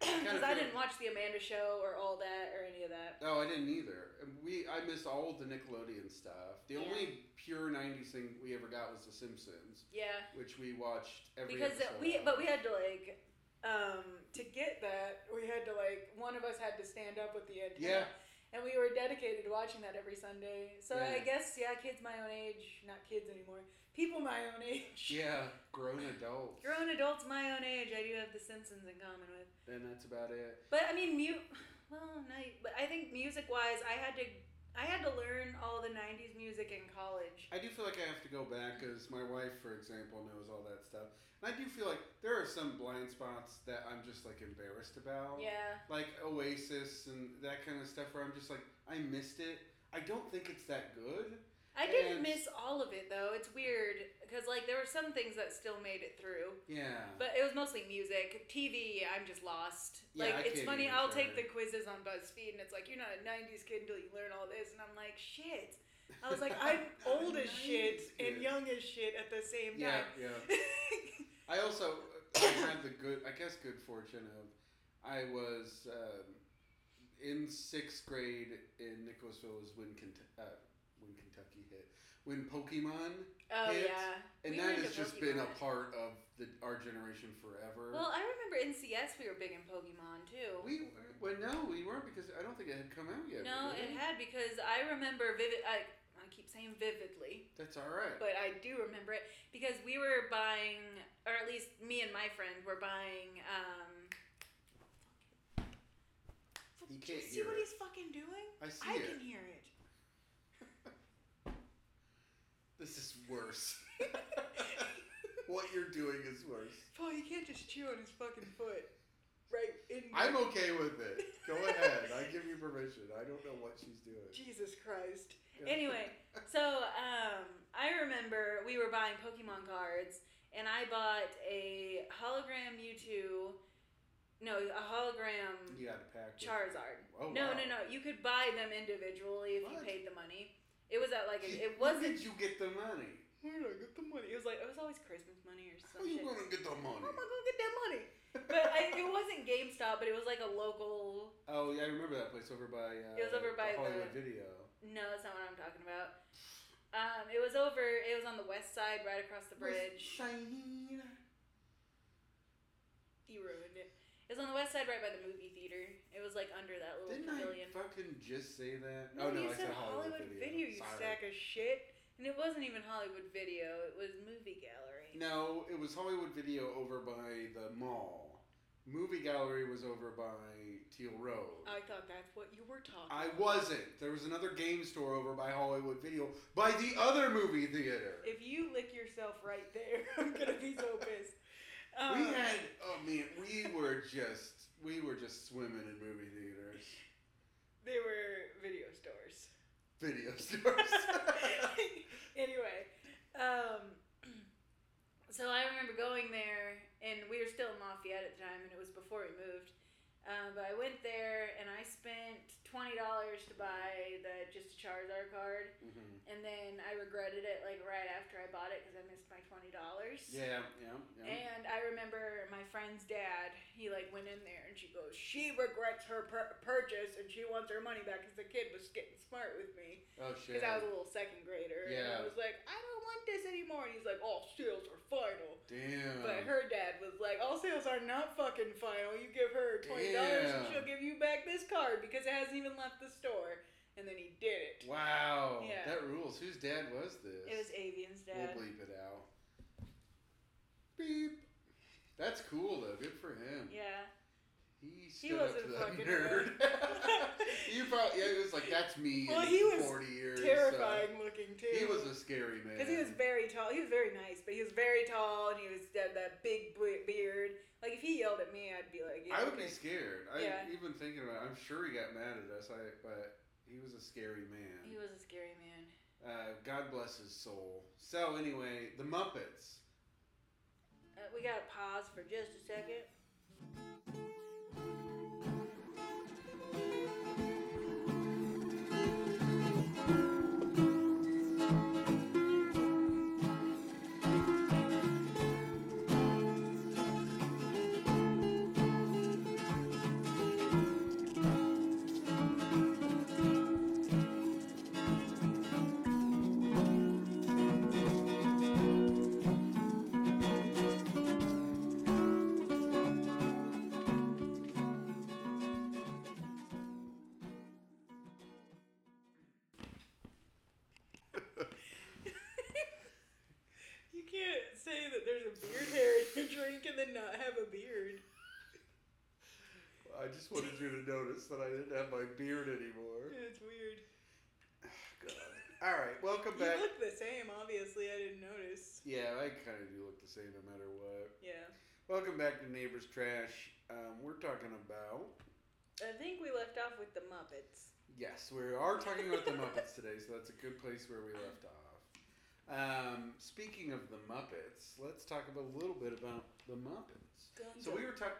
Speaker 2: Because
Speaker 1: Kinda
Speaker 2: I
Speaker 1: feel-
Speaker 2: didn't watch the Amanda Show or all that or any of that.
Speaker 1: No, I didn't either. We I missed all the Nickelodeon stuff. The
Speaker 2: Yeah.
Speaker 1: only pure '90s thing we ever got was The Simpsons,
Speaker 2: Yeah,
Speaker 1: which we watched every
Speaker 2: because
Speaker 1: episode
Speaker 2: we
Speaker 1: of.
Speaker 2: but we had to like um to get that we had to like one of us had to stand up with the antenna.
Speaker 1: Yeah.
Speaker 2: And we were dedicated to watching that every Sunday. So I
Speaker 1: Yeah.
Speaker 2: guess yeah, kids my own age, not kids anymore, people my own age.
Speaker 1: yeah, grown adults,
Speaker 2: Grown adults my own age, I do have The Simpsons in common with.
Speaker 1: and that's about it.
Speaker 2: But I mean, mu- well, no, but I think music wise, I had to I had to learn all the '90s music in college.
Speaker 1: I do feel like I have to go back because my wife, for example, knows all that stuff, and I do feel like there are some blind spots that I'm just like embarrassed about.
Speaker 2: Yeah.
Speaker 1: like Oasis and that kind of stuff, where I'm just like, I missed it. I don't think it's that good.
Speaker 2: I didn't
Speaker 1: And-
Speaker 2: miss all of it though. It's weird because like there were some things that still made it through,
Speaker 1: Yeah.
Speaker 2: but it was mostly music. TV, I'm just lost.
Speaker 1: Yeah,
Speaker 2: like
Speaker 1: I
Speaker 2: it's
Speaker 1: can't
Speaker 2: funny.
Speaker 1: even
Speaker 2: I'll
Speaker 1: try.
Speaker 2: take the quizzes on BuzzFeed, and it's like you're not a '90s kid until you learn all this, and I'm like, shit. I was like, I'm old as shit
Speaker 1: Nice
Speaker 2: and
Speaker 1: kid.
Speaker 2: young as shit at the same
Speaker 1: Yeah,
Speaker 2: time.
Speaker 1: yeah. I also I had the good, I guess, good fortune of I was um, in sixth grade in Nicholasville is when Kentucky, uh, when Kentucky hit when Pokemon,
Speaker 2: oh
Speaker 1: Hits.
Speaker 2: yeah.
Speaker 1: and
Speaker 2: We were
Speaker 1: that
Speaker 2: into
Speaker 1: has just been a
Speaker 2: Pokemon.
Speaker 1: part of the our generation forever.
Speaker 2: Well, I remember in CS we were big in Pokemon too.
Speaker 1: we well no, we weren't because I don't think it had come out yet.
Speaker 2: no,
Speaker 1: did
Speaker 2: it had because I remember vivid. I, I keep saying vividly.
Speaker 1: That's all right.
Speaker 2: but I do remember it because we were buying, or at least me and my friend were buying. Um,
Speaker 1: You
Speaker 2: Do you
Speaker 1: can't
Speaker 2: see
Speaker 1: hear
Speaker 2: what
Speaker 1: it.
Speaker 2: he's fucking doing?
Speaker 1: I see
Speaker 2: I
Speaker 1: it.
Speaker 2: can hear it.
Speaker 1: This is worse. what you're doing is worse.
Speaker 2: Paul, you can't just chew on his fucking foot, right? In
Speaker 1: I'm okay with it. Go ahead. I give you permission. I don't know what she's doing.
Speaker 2: Jesus Christ.
Speaker 1: Yeah.
Speaker 2: Anyway, so um, I remember we were buying Pokemon cards, and I bought a hologram Mewtwo. No, a hologram
Speaker 1: You got a pack. with-
Speaker 2: Charizard.
Speaker 1: Oh,
Speaker 2: no,
Speaker 1: wow.
Speaker 2: no, no. You could buy them individually if
Speaker 1: What?
Speaker 2: you paid the money. It was at like a,
Speaker 1: Where
Speaker 2: it wasn't.
Speaker 1: did you get the money?
Speaker 2: Where did I get the money? It was like it was always Christmas money or
Speaker 1: How
Speaker 2: some
Speaker 1: you
Speaker 2: shit.
Speaker 1: gonna get the
Speaker 2: How am I
Speaker 1: money?
Speaker 2: gonna get that money? But I, it wasn't GameStop, but it was like a local.
Speaker 1: oh yeah, I remember that place over by. Uh,
Speaker 2: It was over by
Speaker 1: Hollywood
Speaker 2: the-
Speaker 1: Video.
Speaker 2: No, that's not what I'm talking about. Um, it was over. It was on the west side, right across the bridge.
Speaker 1: Shaheen.
Speaker 2: You ruined it. It was on the west side, right by the movie theater. It was like under that little
Speaker 1: Didn't
Speaker 2: pavilion.
Speaker 1: I fucking just say that?
Speaker 2: Oh, No,
Speaker 1: oh no,
Speaker 2: you
Speaker 1: I
Speaker 2: said Hollywood, Video, you
Speaker 1: Sorry.
Speaker 2: sack of shit. And it wasn't even Hollywood Video, it was Movie Gallery.
Speaker 1: No, it was Hollywood Video over by the mall. Movie gallery was over by Teal Road.
Speaker 2: I thought that's what you were talking
Speaker 1: I
Speaker 2: about.
Speaker 1: wasn't. There was another game store over by Hollywood Video, by the other movie theater.
Speaker 2: If you lick yourself right there, I'm gonna be so pissed. Um,
Speaker 1: we had, oh man, we were just, we were just swimming in movie theaters,
Speaker 2: They were video stores.
Speaker 1: video stores. Mm-hmm.
Speaker 2: anyway, um, so I remember going there, and we were still in Lafayette at the time, and it was before we moved. Um, but I went there, and I spent twenty dollars to buy the just a Charizard card,
Speaker 1: Mhm.
Speaker 2: and then I regretted it like right after I bought it because I missed my twenty dollars.
Speaker 1: Yeah, yeah, yeah.
Speaker 2: And I remember my friend's dad, he like went in there and she goes, She regrets her pur- purchase and she wants her money back because the kid was getting smart with me.
Speaker 1: oh shit.
Speaker 2: Because I was a little second grader. And
Speaker 1: Yeah.
Speaker 2: I was like, I don't want this anymore. And he's like, All sales are final.
Speaker 1: Damn.
Speaker 2: But her dad was like, All sales are not fucking final. You give her $20 and
Speaker 1: Damn.
Speaker 2: she'll give you back this card because it hasn't even left the store. And then he did it.
Speaker 1: Wow.
Speaker 2: Yeah.
Speaker 1: That rules. Whose dad was this?
Speaker 2: It was Avian's dad.
Speaker 1: We'll bleep it out. Beep. That's cool though. Good for him.
Speaker 2: Yeah.
Speaker 1: He stood up
Speaker 2: wasn't
Speaker 1: to that
Speaker 2: fucking
Speaker 1: nerd. he probably yeah, it was like that's me
Speaker 2: Well,
Speaker 1: in
Speaker 2: he was
Speaker 1: forty years. so-
Speaker 2: Terrifying looking too.
Speaker 1: He was a scary man.
Speaker 2: Because he was very tall. He was very nice, but he was very tall, and he was had that big be- beard. Like if he yelled at me, I'd be like, yeah,
Speaker 1: I would be
Speaker 2: okay.
Speaker 1: scared. I
Speaker 2: Yeah.
Speaker 1: even thinking about. I'm sure he got mad at us. I but he was a scary man.
Speaker 2: He was a scary man.
Speaker 1: Uh, God bless his soul. So anyway, the Muppets.
Speaker 2: Uh, we gotta pause for just a second. You can't say that there's a beard hair in your drink and then not have a beard.
Speaker 1: I just wanted you to notice that I didn't have my beard anymore.
Speaker 2: It's weird.
Speaker 1: God. All right, welcome
Speaker 2: You
Speaker 1: back.
Speaker 2: look the same. Obviously, I didn't notice.
Speaker 1: Yeah, I kind of do look the same no matter what.
Speaker 2: Yeah.
Speaker 1: Welcome back to Neighbors Trash. Um, we're talking about
Speaker 2: I think we left off with the Muppets.
Speaker 1: yes, we are talking about the Muppets today, so that's a good place where we left off. Um, speaking of the Muppets, let's talk about a little bit about the Muppets. So we were talking.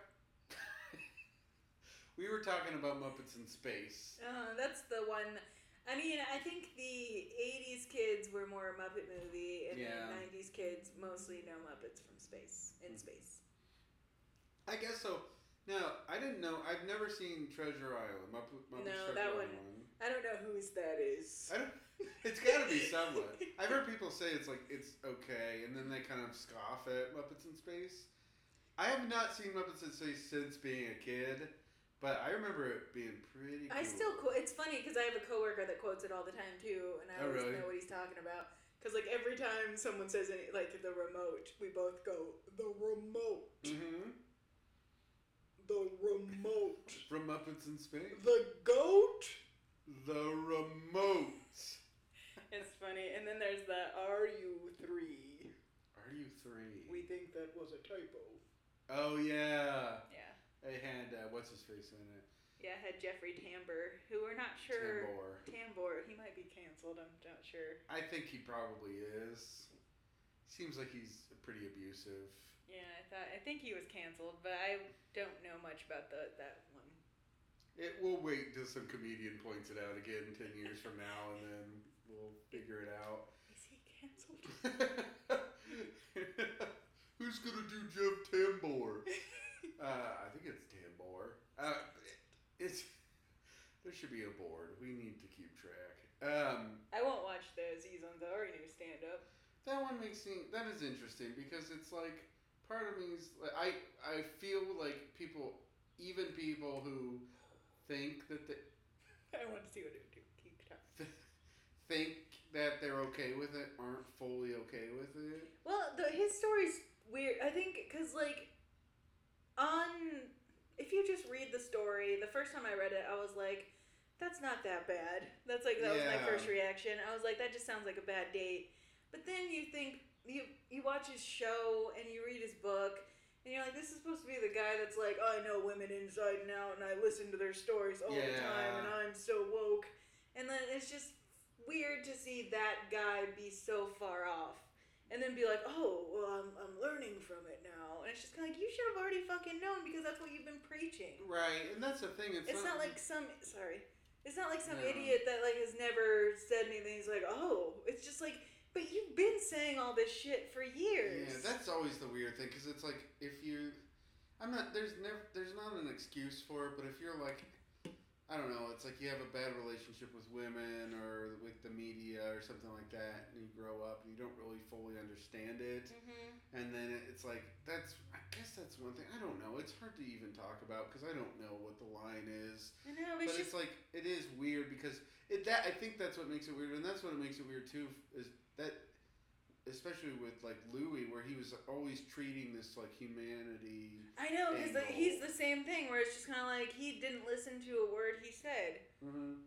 Speaker 1: we were talking about Muppets in space.
Speaker 2: Uh, that's the one. I mean, I think the '80s kids were more a Muppet movie, and
Speaker 1: Yeah. Hmm.
Speaker 2: the '90s kids mostly know Muppets from space in space.
Speaker 1: I guess so. No, I didn't know. I've never seen Treasure Island. Muppet, Muppets
Speaker 2: No,
Speaker 1: Treasure
Speaker 2: that one-
Speaker 1: Island.
Speaker 2: I don't know whose that is.
Speaker 1: I don't. It's got to be someone. I've heard people say it's like it's okay, and then they kind of scoff at Muppets in Space. I have not seen Muppets in Space since being a kid, but I remember it being pretty. Cool.
Speaker 2: I still. Qu- it's funny because I have a coworker that quotes it all the time too, and I
Speaker 1: Oh,
Speaker 2: always
Speaker 1: really?
Speaker 2: know what he's talking about. Because like every time someone says any, like the remote, we both go the remote,
Speaker 1: hmm
Speaker 2: the remote,
Speaker 1: From Muppets in Space,
Speaker 2: the goat.
Speaker 1: the remote.
Speaker 2: It's funny, and then there's the are you three?
Speaker 1: Are you three?
Speaker 2: think that was a typo.
Speaker 1: oh yeah,
Speaker 2: Yeah.
Speaker 1: they had uh, what's his face in it.
Speaker 2: Yeah, had Jeffrey Tambor, who we're not sure.
Speaker 1: Tambor.
Speaker 2: Tambor. He might be canceled. I'm not sure.
Speaker 1: I think he probably is. Seems like he's pretty abusive.
Speaker 2: Yeah, I thought. I think he was canceled, but I don't know much about the that one.
Speaker 1: It we'll wait till some comedian points it out again ten years from now, and then we'll figure it out.
Speaker 2: Is he canceled?
Speaker 1: Who's gonna do Jeff Tambor? Uh, I think it's Tambor. Uh, it's there should be a board. We need to keep track. Um,
Speaker 2: I won't watch those. He's on the already new stand up.
Speaker 1: That one makes me. That is interesting because it's like part of me is I I feel like people even people who think that they,
Speaker 2: I want to see what it would do. Keep it up.
Speaker 1: think that they're okay with it aren't fully okay with it.
Speaker 2: Well, the, his story's weird. I think because like on if you just read the story, the first time I read it, I was like, "That's not that bad." That's like that was my
Speaker 1: Yeah.
Speaker 2: first reaction. I was like, "That just sounds like a bad date." But then you think you you watch his show and you read his book. And you're like, this is supposed to be the guy that's like, I know women inside and out, and I listen to their stories all the time,
Speaker 1: Yeah.
Speaker 2: and I'm so woke. And then it's just weird to see that guy be so far off and then be like, oh, well, I'm, I'm learning from it now. And it's just kind of like, you should have already fucking known because that's what you've been preaching.
Speaker 1: Right, and that's the thing. It's,
Speaker 2: It's not like some, sorry, it's not like some
Speaker 1: No.
Speaker 2: idiot that like has never said anything. He's like, oh, it's just like, but you've been saying all this shit for years.
Speaker 1: Yeah, that's always the weird thing because it's like if you, I'm not. There's never. There's not an excuse for it, but if you're like, I don't know, it's like you have a bad relationship with women or with the media or something like that, and you grow up and you don't really fully understand it,
Speaker 2: hmm
Speaker 1: and then it- it's like that's. I guess that's one thing. I don't know. It's hard to even talk about because I don't know what the line is.
Speaker 2: I know,
Speaker 1: But
Speaker 2: it's just
Speaker 1: it's like it is weird because it that I think that's what makes it weird, and that's what makes it weird too is that especially with like Louis, where he was always treating this like humanity.
Speaker 2: I know because
Speaker 1: angle.
Speaker 2: he's the same thing where it's just kind of like he didn't listen to a word he said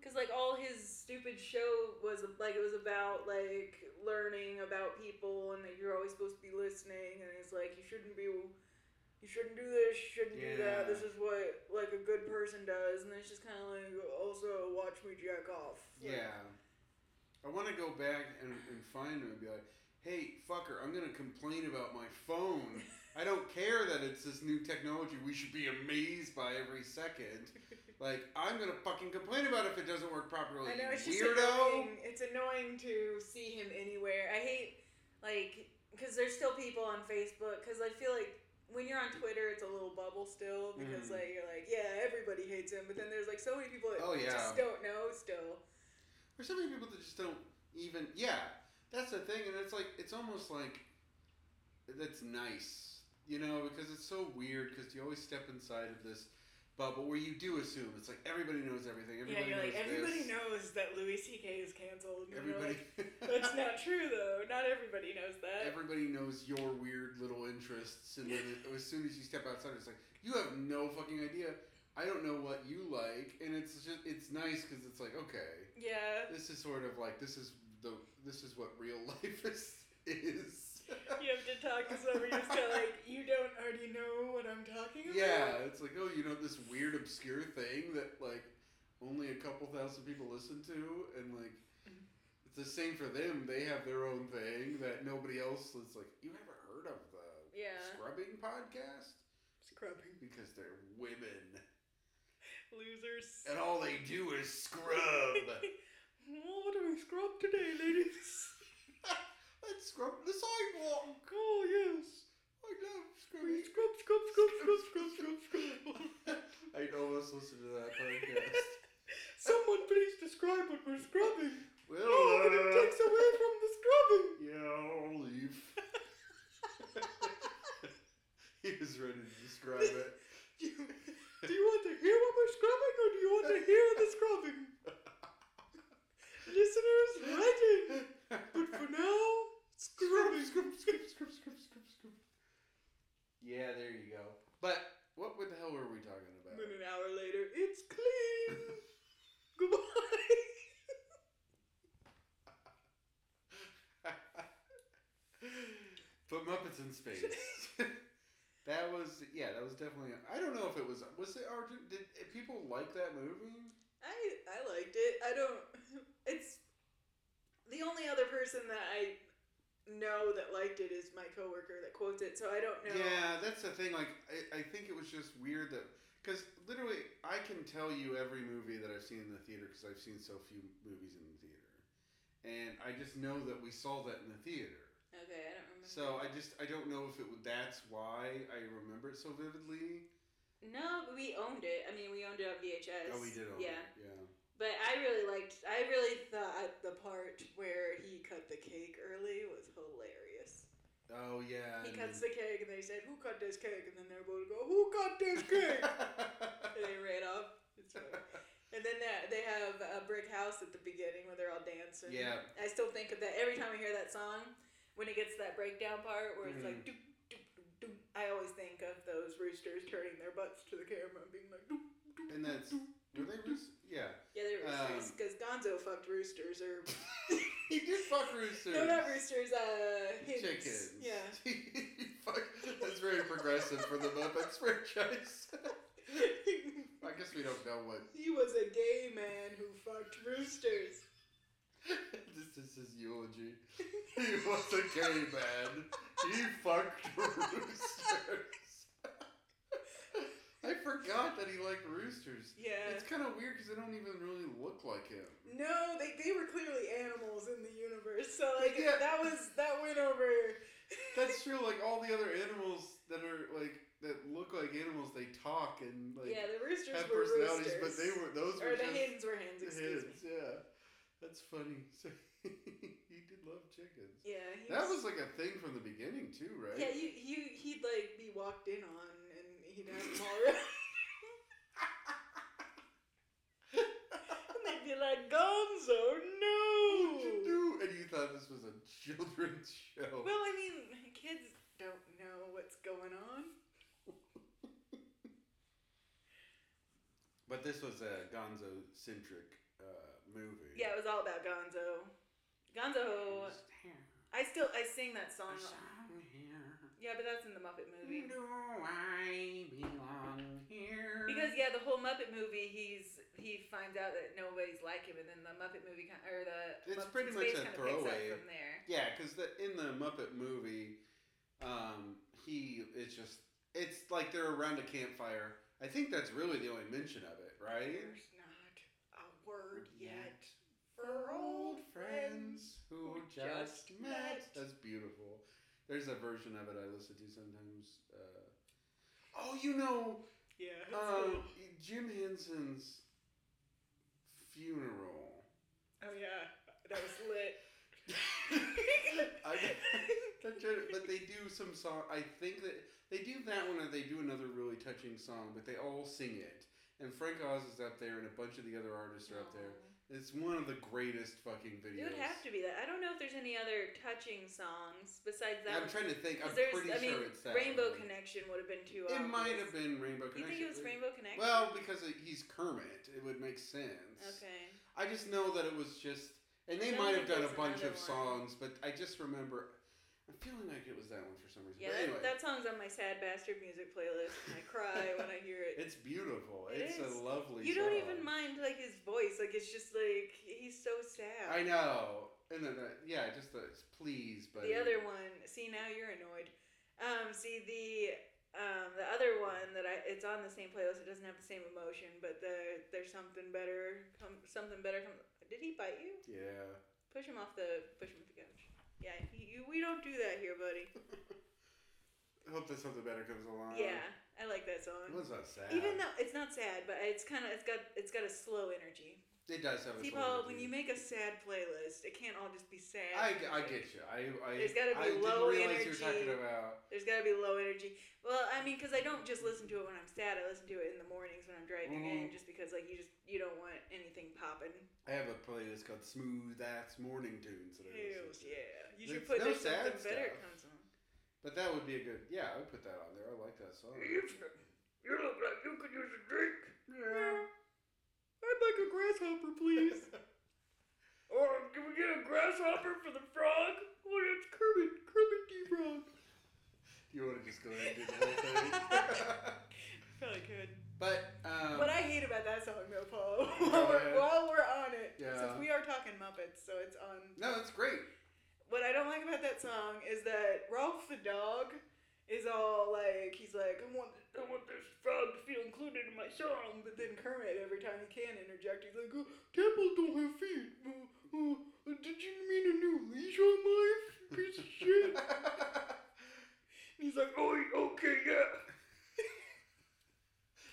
Speaker 2: because like all his stupid show was like it was about like learning about people and that you're always supposed to be listening and it's like you shouldn't be you shouldn't do this you shouldn't do
Speaker 1: Yeah.
Speaker 2: that this is what like a good person does and it's just kind of like also watch me jack off Like,
Speaker 1: Yeah, I want to go back and, and find him and be like, "Hey, fucker, I'm gonna complain about my phone. I don't care that it's this new technology. We should be amazed by every second. Like, I'm gonna fucking complain about it if it doesn't work properly.
Speaker 2: I know
Speaker 1: you
Speaker 2: it's just
Speaker 1: weirdo."
Speaker 2: annoying. It's annoying to see him anywhere. I hate like because there's still people on Facebook because I feel like when you're on Twitter, it's a little bubble still because
Speaker 1: Mhm.
Speaker 2: like you're like yeah everybody hates him, but then there's like so many people that
Speaker 1: Oh, yeah.
Speaker 2: just don't know still.
Speaker 1: There's so many people that just don't even. Yeah, that's the thing, and it's like it's almost like that's nice, you know, because it's so weird because you always step inside of this bubble where you do assume it's like everybody knows everything. Everybody
Speaker 2: yeah, you're
Speaker 1: knows
Speaker 2: like everybody
Speaker 1: this,
Speaker 2: knows that Louis C.K. is canceled. And you're
Speaker 1: Everybody.
Speaker 2: like, That's not true though. Not everybody knows that.
Speaker 1: Everybody knows your weird little interests, and then it- as soon as you step outside, it's like you have no fucking idea. I don't know what you like, and it's just it's nice because it's like okay,
Speaker 2: yeah,
Speaker 1: this is sort of like this is the this is what real life is is.
Speaker 2: you have to talk to somebody who's kind of like you don't already know what I'm talking about.
Speaker 1: yeah, it's like oh, you know this weird obscure thing that like only a couple thousand people listen to, and like it's the same for them. They have their own thing that nobody else is like. You haven't heard of the
Speaker 2: Yeah.
Speaker 1: scrubbing podcast
Speaker 2: Scrubbing
Speaker 1: because they're women
Speaker 2: losers.
Speaker 1: and all they do is scrub.
Speaker 2: What do we scrub today, ladies?
Speaker 1: Let's scrub the sidewalk.
Speaker 2: Oh, yes.
Speaker 1: I love scrubbing.
Speaker 2: We scrub, scrub, scrub, scrub, scrub, scrub, scrub.
Speaker 1: I almost listened to that podcast.
Speaker 2: Someone please describe what we're scrubbing.
Speaker 1: Well,
Speaker 2: Oh, but it
Speaker 1: uh,
Speaker 2: takes away from the scrubbing.
Speaker 1: Yeah, I'll leave. he was ready to describe it.
Speaker 2: Do you, do you want to hear what we're scrubbing or do you want to hear the scrubbing? Listeners, write in. But for now, scrubbing. Scrub, scrub, scrub, scrub, scrub, scrub.
Speaker 1: yeah, there you go. But what what the hell were we talking
Speaker 2: And
Speaker 1: about?
Speaker 2: then an hour later, it's clean. Goodbye.
Speaker 1: Put Muppets in space. that was yeah, that was definitely. I don't know if it was was it or did, did people like that movie?
Speaker 2: I I liked it. I don't. It's the only other person that I know that liked it is my coworker that quotes it. So I don't know.
Speaker 1: Yeah, that's the thing. Like, I, I think it was just weird that because literally, I can tell you every movie that I've seen in the theater because I've seen so few movies in the theater, and I just know that we saw that in the theater.
Speaker 2: Okay, I don't remember.
Speaker 1: So I just I don't know if it would. That's why I remember it so vividly.
Speaker 2: no, but we owned it. I mean, we owned it on VHS.
Speaker 1: Oh, we did. Own
Speaker 2: yeah,
Speaker 1: It. Yeah.
Speaker 2: but I really liked. I really thought the part where he cut the cake early was hilarious.
Speaker 1: Oh yeah.
Speaker 2: he
Speaker 1: and
Speaker 2: cuts the cake, and they said, "Who cut this cake?" And then they're both go, "Who cut this
Speaker 1: then-
Speaker 2: cake?" and they ran off. It's funny. And then that- they have a brick house at the beginning where they're all dancing.
Speaker 1: Yeah.
Speaker 2: I still think of that every time I hear that song. When it gets to that breakdown part where it's like doop
Speaker 1: Mm-hmm.
Speaker 2: doop doop doop, I always think of those roosters turning their butts to the camera and being like doop doop.
Speaker 1: And that's were they roosters? Yeah,
Speaker 2: yeah, they're roosters
Speaker 1: um,
Speaker 2: because Gonzo fucked roosters or
Speaker 1: he did fuck roosters.
Speaker 2: no, not roosters, uh, hens.
Speaker 1: Chickens.
Speaker 2: Yeah.
Speaker 1: Fuck, that's very progressive for the Muppets franchise. I guess we don't know what.
Speaker 2: he was a gay man who fucked roosters.
Speaker 1: This is his eulogy. He was a gay man. He fucked roosters. I forgot that he liked roosters.
Speaker 2: Yeah.
Speaker 1: It's kind of weird because they don't even really look like him.
Speaker 2: No, they, they were clearly animals in the universe. So like
Speaker 1: Yeah.
Speaker 2: that was that went over.
Speaker 1: That's true. Like all the other animals that are like that look like animals, they talk and like
Speaker 2: yeah, the roosters
Speaker 1: have
Speaker 2: were
Speaker 1: personalities,
Speaker 2: roosters.
Speaker 1: but they were those
Speaker 2: or
Speaker 1: were
Speaker 2: the
Speaker 1: just
Speaker 2: hens were hens.
Speaker 1: the
Speaker 2: Excuse
Speaker 1: hens, Yeah, that's funny. So he did love chickens.
Speaker 2: me. Yeah, he
Speaker 1: That was like a thing from the beginning too, right?
Speaker 2: yeah. You you he'd like be walked in on and he'd have them all around. and they'd be like Gonzo, no.
Speaker 1: What'd you do? And you thought this was a children's show.
Speaker 2: Well, I mean, kids don't know what's going on.
Speaker 1: but this was a Gonzo centric uh, movie.
Speaker 2: Yeah, uh, it was all about Gonzo. Gonzo. I still I sing that song. Yeah, but that's in the Muppet movie.
Speaker 1: Do I belong here?
Speaker 2: Because yeah, the whole Muppet movie, he's he finds out that nobody's like him, and then the Muppet movie kind or the
Speaker 1: It's
Speaker 2: Muppets in
Speaker 1: pretty much a
Speaker 2: Space kinda picks up
Speaker 1: throwaway.
Speaker 2: from there.
Speaker 1: Yeah, because the, in the Muppet movie, um, he it's just it's like they're around a campfire. I think that's really the only mention of it, right?
Speaker 2: There's not a word yet
Speaker 1: For old friends who just met. That's beautiful. There's a version of it I listen to sometimes. Uh, oh, you know,
Speaker 2: Yeah. it's
Speaker 1: um,
Speaker 2: good.
Speaker 1: Jim Henson's funeral.
Speaker 2: oh yeah, that was lit.
Speaker 1: I- I'm trying to- but they do some song. I think that they do that one, or they do another really touching song, but they all sing it. And Frank Oz is up there, and a bunch of the other artists are up there. It's one of the greatest fucking videos.
Speaker 2: It would have to be that. I don't know if there's any other touching songs besides that.
Speaker 1: I'm
Speaker 2: one.
Speaker 1: trying to think.
Speaker 2: 'Cause
Speaker 1: I'm
Speaker 2: there's,
Speaker 1: pretty
Speaker 2: I mean,
Speaker 1: sure it's that.
Speaker 2: Rainbow
Speaker 1: one.
Speaker 2: Connection would have been too.
Speaker 1: It might have
Speaker 2: obvious.
Speaker 1: been Rainbow Connection.
Speaker 2: You think it was Rainbow Connection?
Speaker 1: Well, because it- he's Kermit, it would make sense.
Speaker 2: Okay.
Speaker 1: I just know that it was just, and
Speaker 2: I
Speaker 1: they
Speaker 2: don't
Speaker 1: might have
Speaker 2: think
Speaker 1: done a
Speaker 2: there's
Speaker 1: bunch of
Speaker 2: another one.
Speaker 1: songs, but I just remember. I'm feeling like it was that one for some reason.
Speaker 2: Yeah,
Speaker 1: but
Speaker 2: that,
Speaker 1: anyway,
Speaker 2: that song's on my sad bastard music playlist, and I cry when I hear it.
Speaker 1: it's beautiful.
Speaker 2: It
Speaker 1: it's
Speaker 2: is.
Speaker 1: a lovely.
Speaker 2: You don't
Speaker 1: song.
Speaker 2: even mind like his voice. Like it's just like he's so sad.
Speaker 1: I know, and then uh, yeah, just the it's please, but
Speaker 2: The other one, see now you're annoyed. Um, see the um the other one that I it's on the same playlist. It doesn't have the same emotion, but the there's something better. Come something better. Come, did he bite you?
Speaker 1: Yeah.
Speaker 2: Push him off the push him off the couch. Yeah, you, we don't do that here, buddy.
Speaker 1: I hope that something better comes along.
Speaker 2: yeah, I like that song.
Speaker 1: Uh-huh. It was not sad.
Speaker 2: Even though it's not sad, but it's kind of it's got it's got a slow energy.
Speaker 1: it does have a
Speaker 2: See,
Speaker 1: soul
Speaker 2: Paul,
Speaker 1: energy.
Speaker 2: when you make a sad playlist, it can't all just be sad.
Speaker 1: I, I get you. I, I
Speaker 2: There's gotta be
Speaker 1: I didn't
Speaker 2: low
Speaker 1: realize you were
Speaker 2: energy.
Speaker 1: talking about.
Speaker 2: There's got to be low energy. Well, I mean, because I don't just listen to it when I'm sad. I listen to it in the mornings when I'm driving in,
Speaker 1: Mhm.
Speaker 2: just because like you just you don't want anything popping.
Speaker 1: I have a playlist called Smooth Ass Morning Tunes that I
Speaker 2: Ew,
Speaker 1: listen to.
Speaker 2: yeah. You should
Speaker 1: It's
Speaker 2: put
Speaker 1: no
Speaker 2: there's
Speaker 1: sad
Speaker 2: something better
Speaker 1: stuff.
Speaker 2: comes on.
Speaker 1: But that would be a good. Yeah, I would put that on there. I like that song.
Speaker 2: You look like you could use a drink.
Speaker 1: Yeah.
Speaker 2: I'd like a grasshopper, please. or Oh, can we get a grasshopper for the frog? Oh, it's Kermit. Kermit D. Frog.
Speaker 1: You want to just go ahead and do the whole thing?
Speaker 2: Probably could.
Speaker 1: but um,
Speaker 2: What I hate about that song, though, Paul,
Speaker 1: Go
Speaker 2: while we're,
Speaker 1: ahead.
Speaker 2: while we're on it, since
Speaker 1: Yeah.
Speaker 2: we are talking Muppets, so it's on.
Speaker 1: no, it's great.
Speaker 2: What I don't like about that song is that Ralph the dog is all like, he's like, I want, I want this frog to feel included in my song, but then Kermit, every time he can interject, he's like, oh, temples don't have feet. Oh, oh, did you mean a new leash on life? Piece of shit. And he's like, oh, okay, yeah.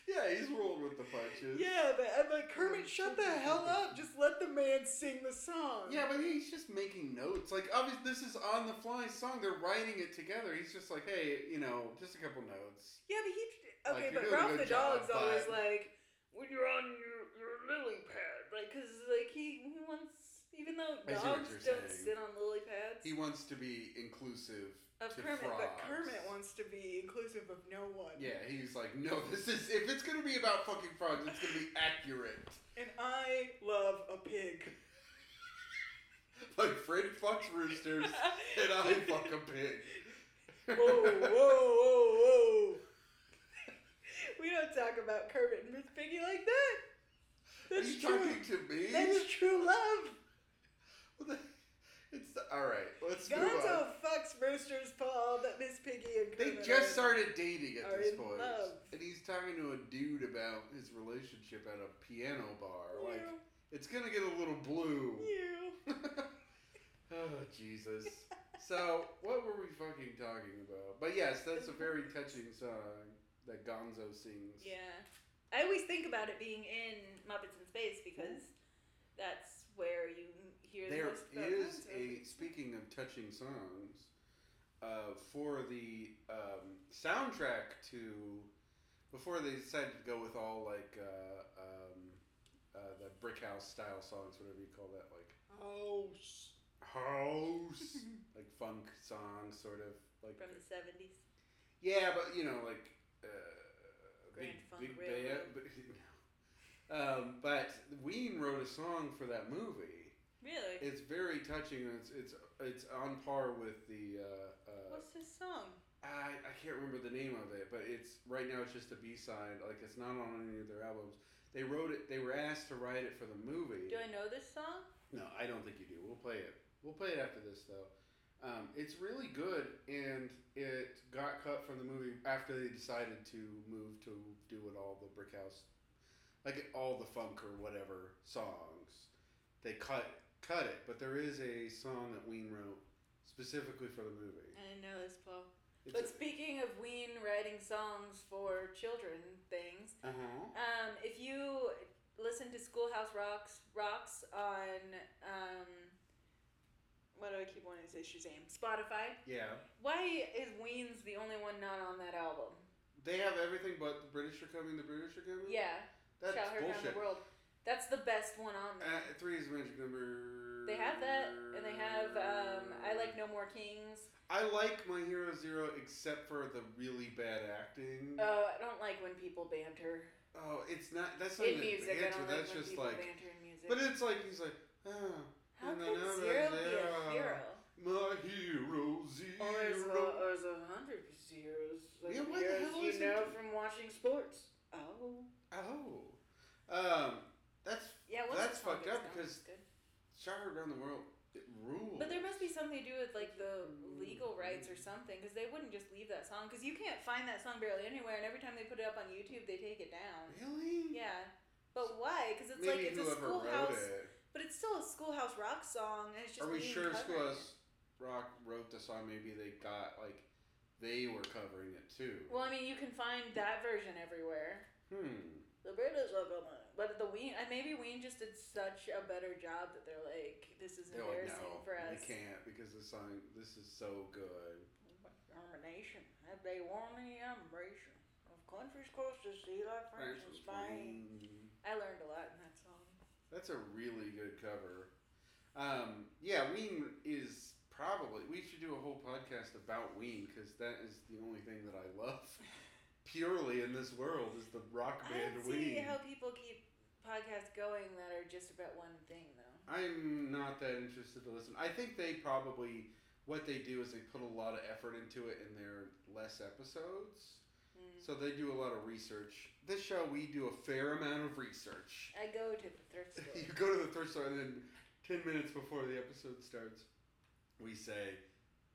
Speaker 1: yeah, he's rolled with the punches.
Speaker 2: uh, Yeah, but I'm like Kermit, shut the hell up. Just let them
Speaker 3: man sing the song.
Speaker 1: Yeah, but he's just making notes. Like, obviously, this is on the fly song. They're writing it together. He's just like, hey, you know, just a couple notes.
Speaker 2: Yeah, but he.
Speaker 1: Like, you're
Speaker 2: Okay,
Speaker 1: doing
Speaker 2: but
Speaker 1: a
Speaker 2: Ralph
Speaker 1: good
Speaker 2: the dog's
Speaker 1: job,
Speaker 2: always
Speaker 1: but-
Speaker 2: like, when you're on your, your lily pad, like, because like he, he wants, even though
Speaker 1: I see what
Speaker 2: dogs
Speaker 1: you're
Speaker 2: don't
Speaker 1: saying.
Speaker 2: sit on lily pads
Speaker 1: He wants to be inclusive
Speaker 2: of
Speaker 1: to
Speaker 2: Kermit,
Speaker 1: frogs.
Speaker 2: but
Speaker 3: But Kermit wants to be inclusive of no one.
Speaker 1: Yeah, he's like, no, this is if it's gonna be about fucking frogs, it's gonna be accurate.
Speaker 3: And I love a pig.
Speaker 1: Like Fred fucks roosters, and I fuck a
Speaker 3: Whoa,
Speaker 1: pig.
Speaker 3: whoa, whoa, whoa.
Speaker 2: we don't talk about Kermit and Miss Piggy like that.
Speaker 1: Are
Speaker 2: That's
Speaker 1: you
Speaker 2: true.
Speaker 1: talking to me?
Speaker 3: That's true love.
Speaker 1: What the- it's the, all right. Let's move on.
Speaker 2: Gonzo fucks Rooster's paw that Miss Piggy and
Speaker 1: They
Speaker 2: Kermit
Speaker 1: just
Speaker 2: are-
Speaker 1: started dating at
Speaker 2: are
Speaker 1: this
Speaker 2: in
Speaker 1: point.
Speaker 2: love.
Speaker 1: And he's talking to a dude about his relationship at a piano bar. Like,
Speaker 2: You,
Speaker 1: it's going to get a little blue.
Speaker 2: you.
Speaker 1: oh, Jesus. So, what were we fucking talking about? But yes, that's a very touching song that Gonzo sings.
Speaker 2: Yeah. I always think about it being in Muppets in Space because that's where you hear
Speaker 1: There
Speaker 2: the most about
Speaker 1: is
Speaker 2: Gonzo.
Speaker 1: a, speaking of touching songs, uh, for the um, soundtrack to, before they decided to go with all like uh, um, uh, the brick house style songs, whatever you call that, like
Speaker 3: House.
Speaker 1: house, like funk songs, sort of like
Speaker 2: from the 70s.
Speaker 1: yeah, but you know, like uh,
Speaker 2: Grand Funk
Speaker 1: big, big band,
Speaker 2: Railroad.
Speaker 1: but, um, but Ween wrote a song for that movie.
Speaker 2: Really?
Speaker 1: It's very touching. and It's it's it's on par with the. Uh, uh,
Speaker 2: What's his song?
Speaker 1: I I can't remember the name of it, but it's right now. It's just a B side. Like it's not on any of their albums. They wrote it. They were asked to write it for the movie.
Speaker 2: Do I know this song?
Speaker 1: No, I don't think you do. We'll play it. We'll play it after this though. Um, it's really good, and it got cut from the movie after they decided to move to doing all the brick house, like all the funk or whatever songs. They cut cut it, but there is a song that Ween wrote specifically for the movie.
Speaker 2: I didn't know this, Paul.
Speaker 1: It's
Speaker 2: But speaking of Ween writing songs for children things,
Speaker 1: uh huh.
Speaker 2: um, if you listen to Schoolhouse Rocks Rocks on um, what do I keep wanting to say Shazam Spotify?
Speaker 1: Yeah,
Speaker 2: Why is Ween's the only one not on that album?
Speaker 1: they have everything but the British are coming. The British are coming.
Speaker 2: Yeah,
Speaker 1: that's
Speaker 2: Shout Her Down
Speaker 1: bullshit.
Speaker 2: the World. That's the best one on there.
Speaker 1: Uh, three is magic number.
Speaker 2: they have that, and they have um, I Like No More Kings.
Speaker 1: I like My Hero Zero except for the really bad acting.
Speaker 2: Oh, I don't like when people banter
Speaker 1: oh, it's not. That's not
Speaker 2: in
Speaker 1: even
Speaker 2: music. I
Speaker 1: banter.
Speaker 2: don't
Speaker 1: That's
Speaker 2: like when
Speaker 1: just
Speaker 2: people
Speaker 1: like.
Speaker 2: banter in music.
Speaker 1: But it's like he's like, oh,
Speaker 2: How
Speaker 1: and then I'm
Speaker 2: could
Speaker 1: a
Speaker 2: zero be
Speaker 1: zero.
Speaker 2: a zero?
Speaker 1: my hero zero.
Speaker 2: Well, there's Oh, a, there's a hundred zeros. Like
Speaker 1: Yeah, what the
Speaker 2: zeros
Speaker 1: hell
Speaker 2: you
Speaker 1: is it?
Speaker 2: know from watching sports. Oh.
Speaker 1: oh, um, that's
Speaker 2: Yeah,
Speaker 1: what's That's that song fucked that's up not because-
Speaker 2: good.
Speaker 1: shot heard around the world. It rules.
Speaker 2: But there must be something to do with like the legal rights or something, because they wouldn't just leave that song, because you can't find that song barely anywhere, and every time they put it up on YouTube, they take it down.
Speaker 1: really.
Speaker 2: Yeah, but why? Because it's
Speaker 1: Maybe
Speaker 2: like it's a
Speaker 1: whoever wrote
Speaker 2: schoolhouse,
Speaker 1: it.
Speaker 2: but it's still a schoolhouse rock song, and it's just.
Speaker 1: Are we
Speaker 2: being
Speaker 1: sure
Speaker 2: covered.
Speaker 1: Schoolhouse Rock wrote the song? Maybe they got like they were covering it too.
Speaker 2: Well, I mean, you can find that version everywhere.
Speaker 1: Hmm.
Speaker 2: The British are gonna. But the Ween, and maybe Ween just did such a better job that they're like, this is
Speaker 1: They're like,
Speaker 2: embarrassing
Speaker 1: Oh, no,
Speaker 2: for us.
Speaker 1: we can't because the song. This is so good.
Speaker 2: Domination. Have they won the admiration of countries close to sea like France and Spain? I learned a lot in that song.
Speaker 1: That's a really good cover. Um, yeah, Ween is probably. We should do a whole podcast about Ween because that is the only thing that I love purely in this world is the rock
Speaker 2: I
Speaker 1: band
Speaker 2: don't see
Speaker 1: Ween.
Speaker 2: how people keep podcasts going that are just about one thing, though.
Speaker 1: I'm not that interested to listen. I think they probably what they do is they put a lot of effort into it in their less episodes.
Speaker 2: Mm.
Speaker 1: So they do a lot of research. This show, we do a fair amount of research.
Speaker 2: I go to the thrift
Speaker 1: you
Speaker 2: store.
Speaker 1: go to the thrift store, and then 10 minutes before the episode starts, we say,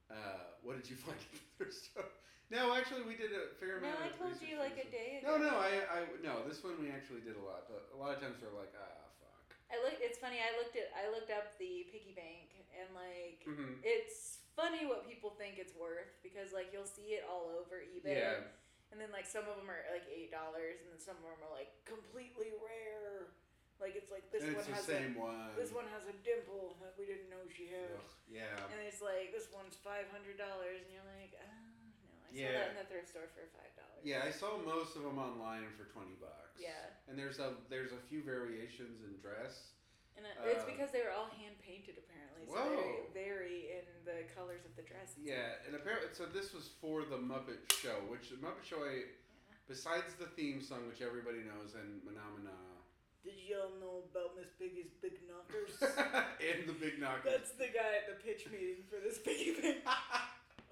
Speaker 1: uh, What did you find at the thrift store? No, actually, we did a fair
Speaker 2: no,
Speaker 1: amount
Speaker 2: I
Speaker 1: of
Speaker 2: told
Speaker 1: research
Speaker 2: you
Speaker 1: for
Speaker 2: like
Speaker 1: this
Speaker 2: a day
Speaker 1: one. No,
Speaker 2: ago.
Speaker 1: no, I, I, no, this one we actually did a lot, but a lot of times we're like, ah, fuck.
Speaker 2: I looked. It's funny. I looked at. I looked up the piggy bank, and like,
Speaker 1: hmm
Speaker 2: it's funny what people think it's worth because like you'll see it all over eBay.
Speaker 1: Yeah.
Speaker 2: And then like some of them are like eight dollars, and then some of them are like completely rare. Like it's like this
Speaker 1: and
Speaker 2: one
Speaker 1: it's the
Speaker 2: has
Speaker 1: same
Speaker 2: a,
Speaker 1: one.
Speaker 2: this one has a dimple that we didn't know she had.
Speaker 1: Ugh, yeah.
Speaker 2: And it's like this one's five hundred dollars, and you're like, ah, no, I saw
Speaker 1: Yeah.
Speaker 2: that in the thrift store for five dollars.
Speaker 1: Yeah, I saw most of them online for twenty bucks.
Speaker 2: Yeah.
Speaker 1: and there's a there's a few variations in dress.
Speaker 2: and I, it's
Speaker 1: Uh,
Speaker 2: because they were all hand painted apparently, so
Speaker 1: Whoa.
Speaker 2: they vary in the colors of the dress.
Speaker 1: Yeah, and apparently, so this was for the Muppet Show, which the Muppet Show, I, besides the theme song, which everybody knows, and Menomina,
Speaker 3: Did y'all know about Miss Piggy's big knockers?
Speaker 1: and the Big Knocker.
Speaker 3: That's the guy at the pitch meeting for this piggy bank.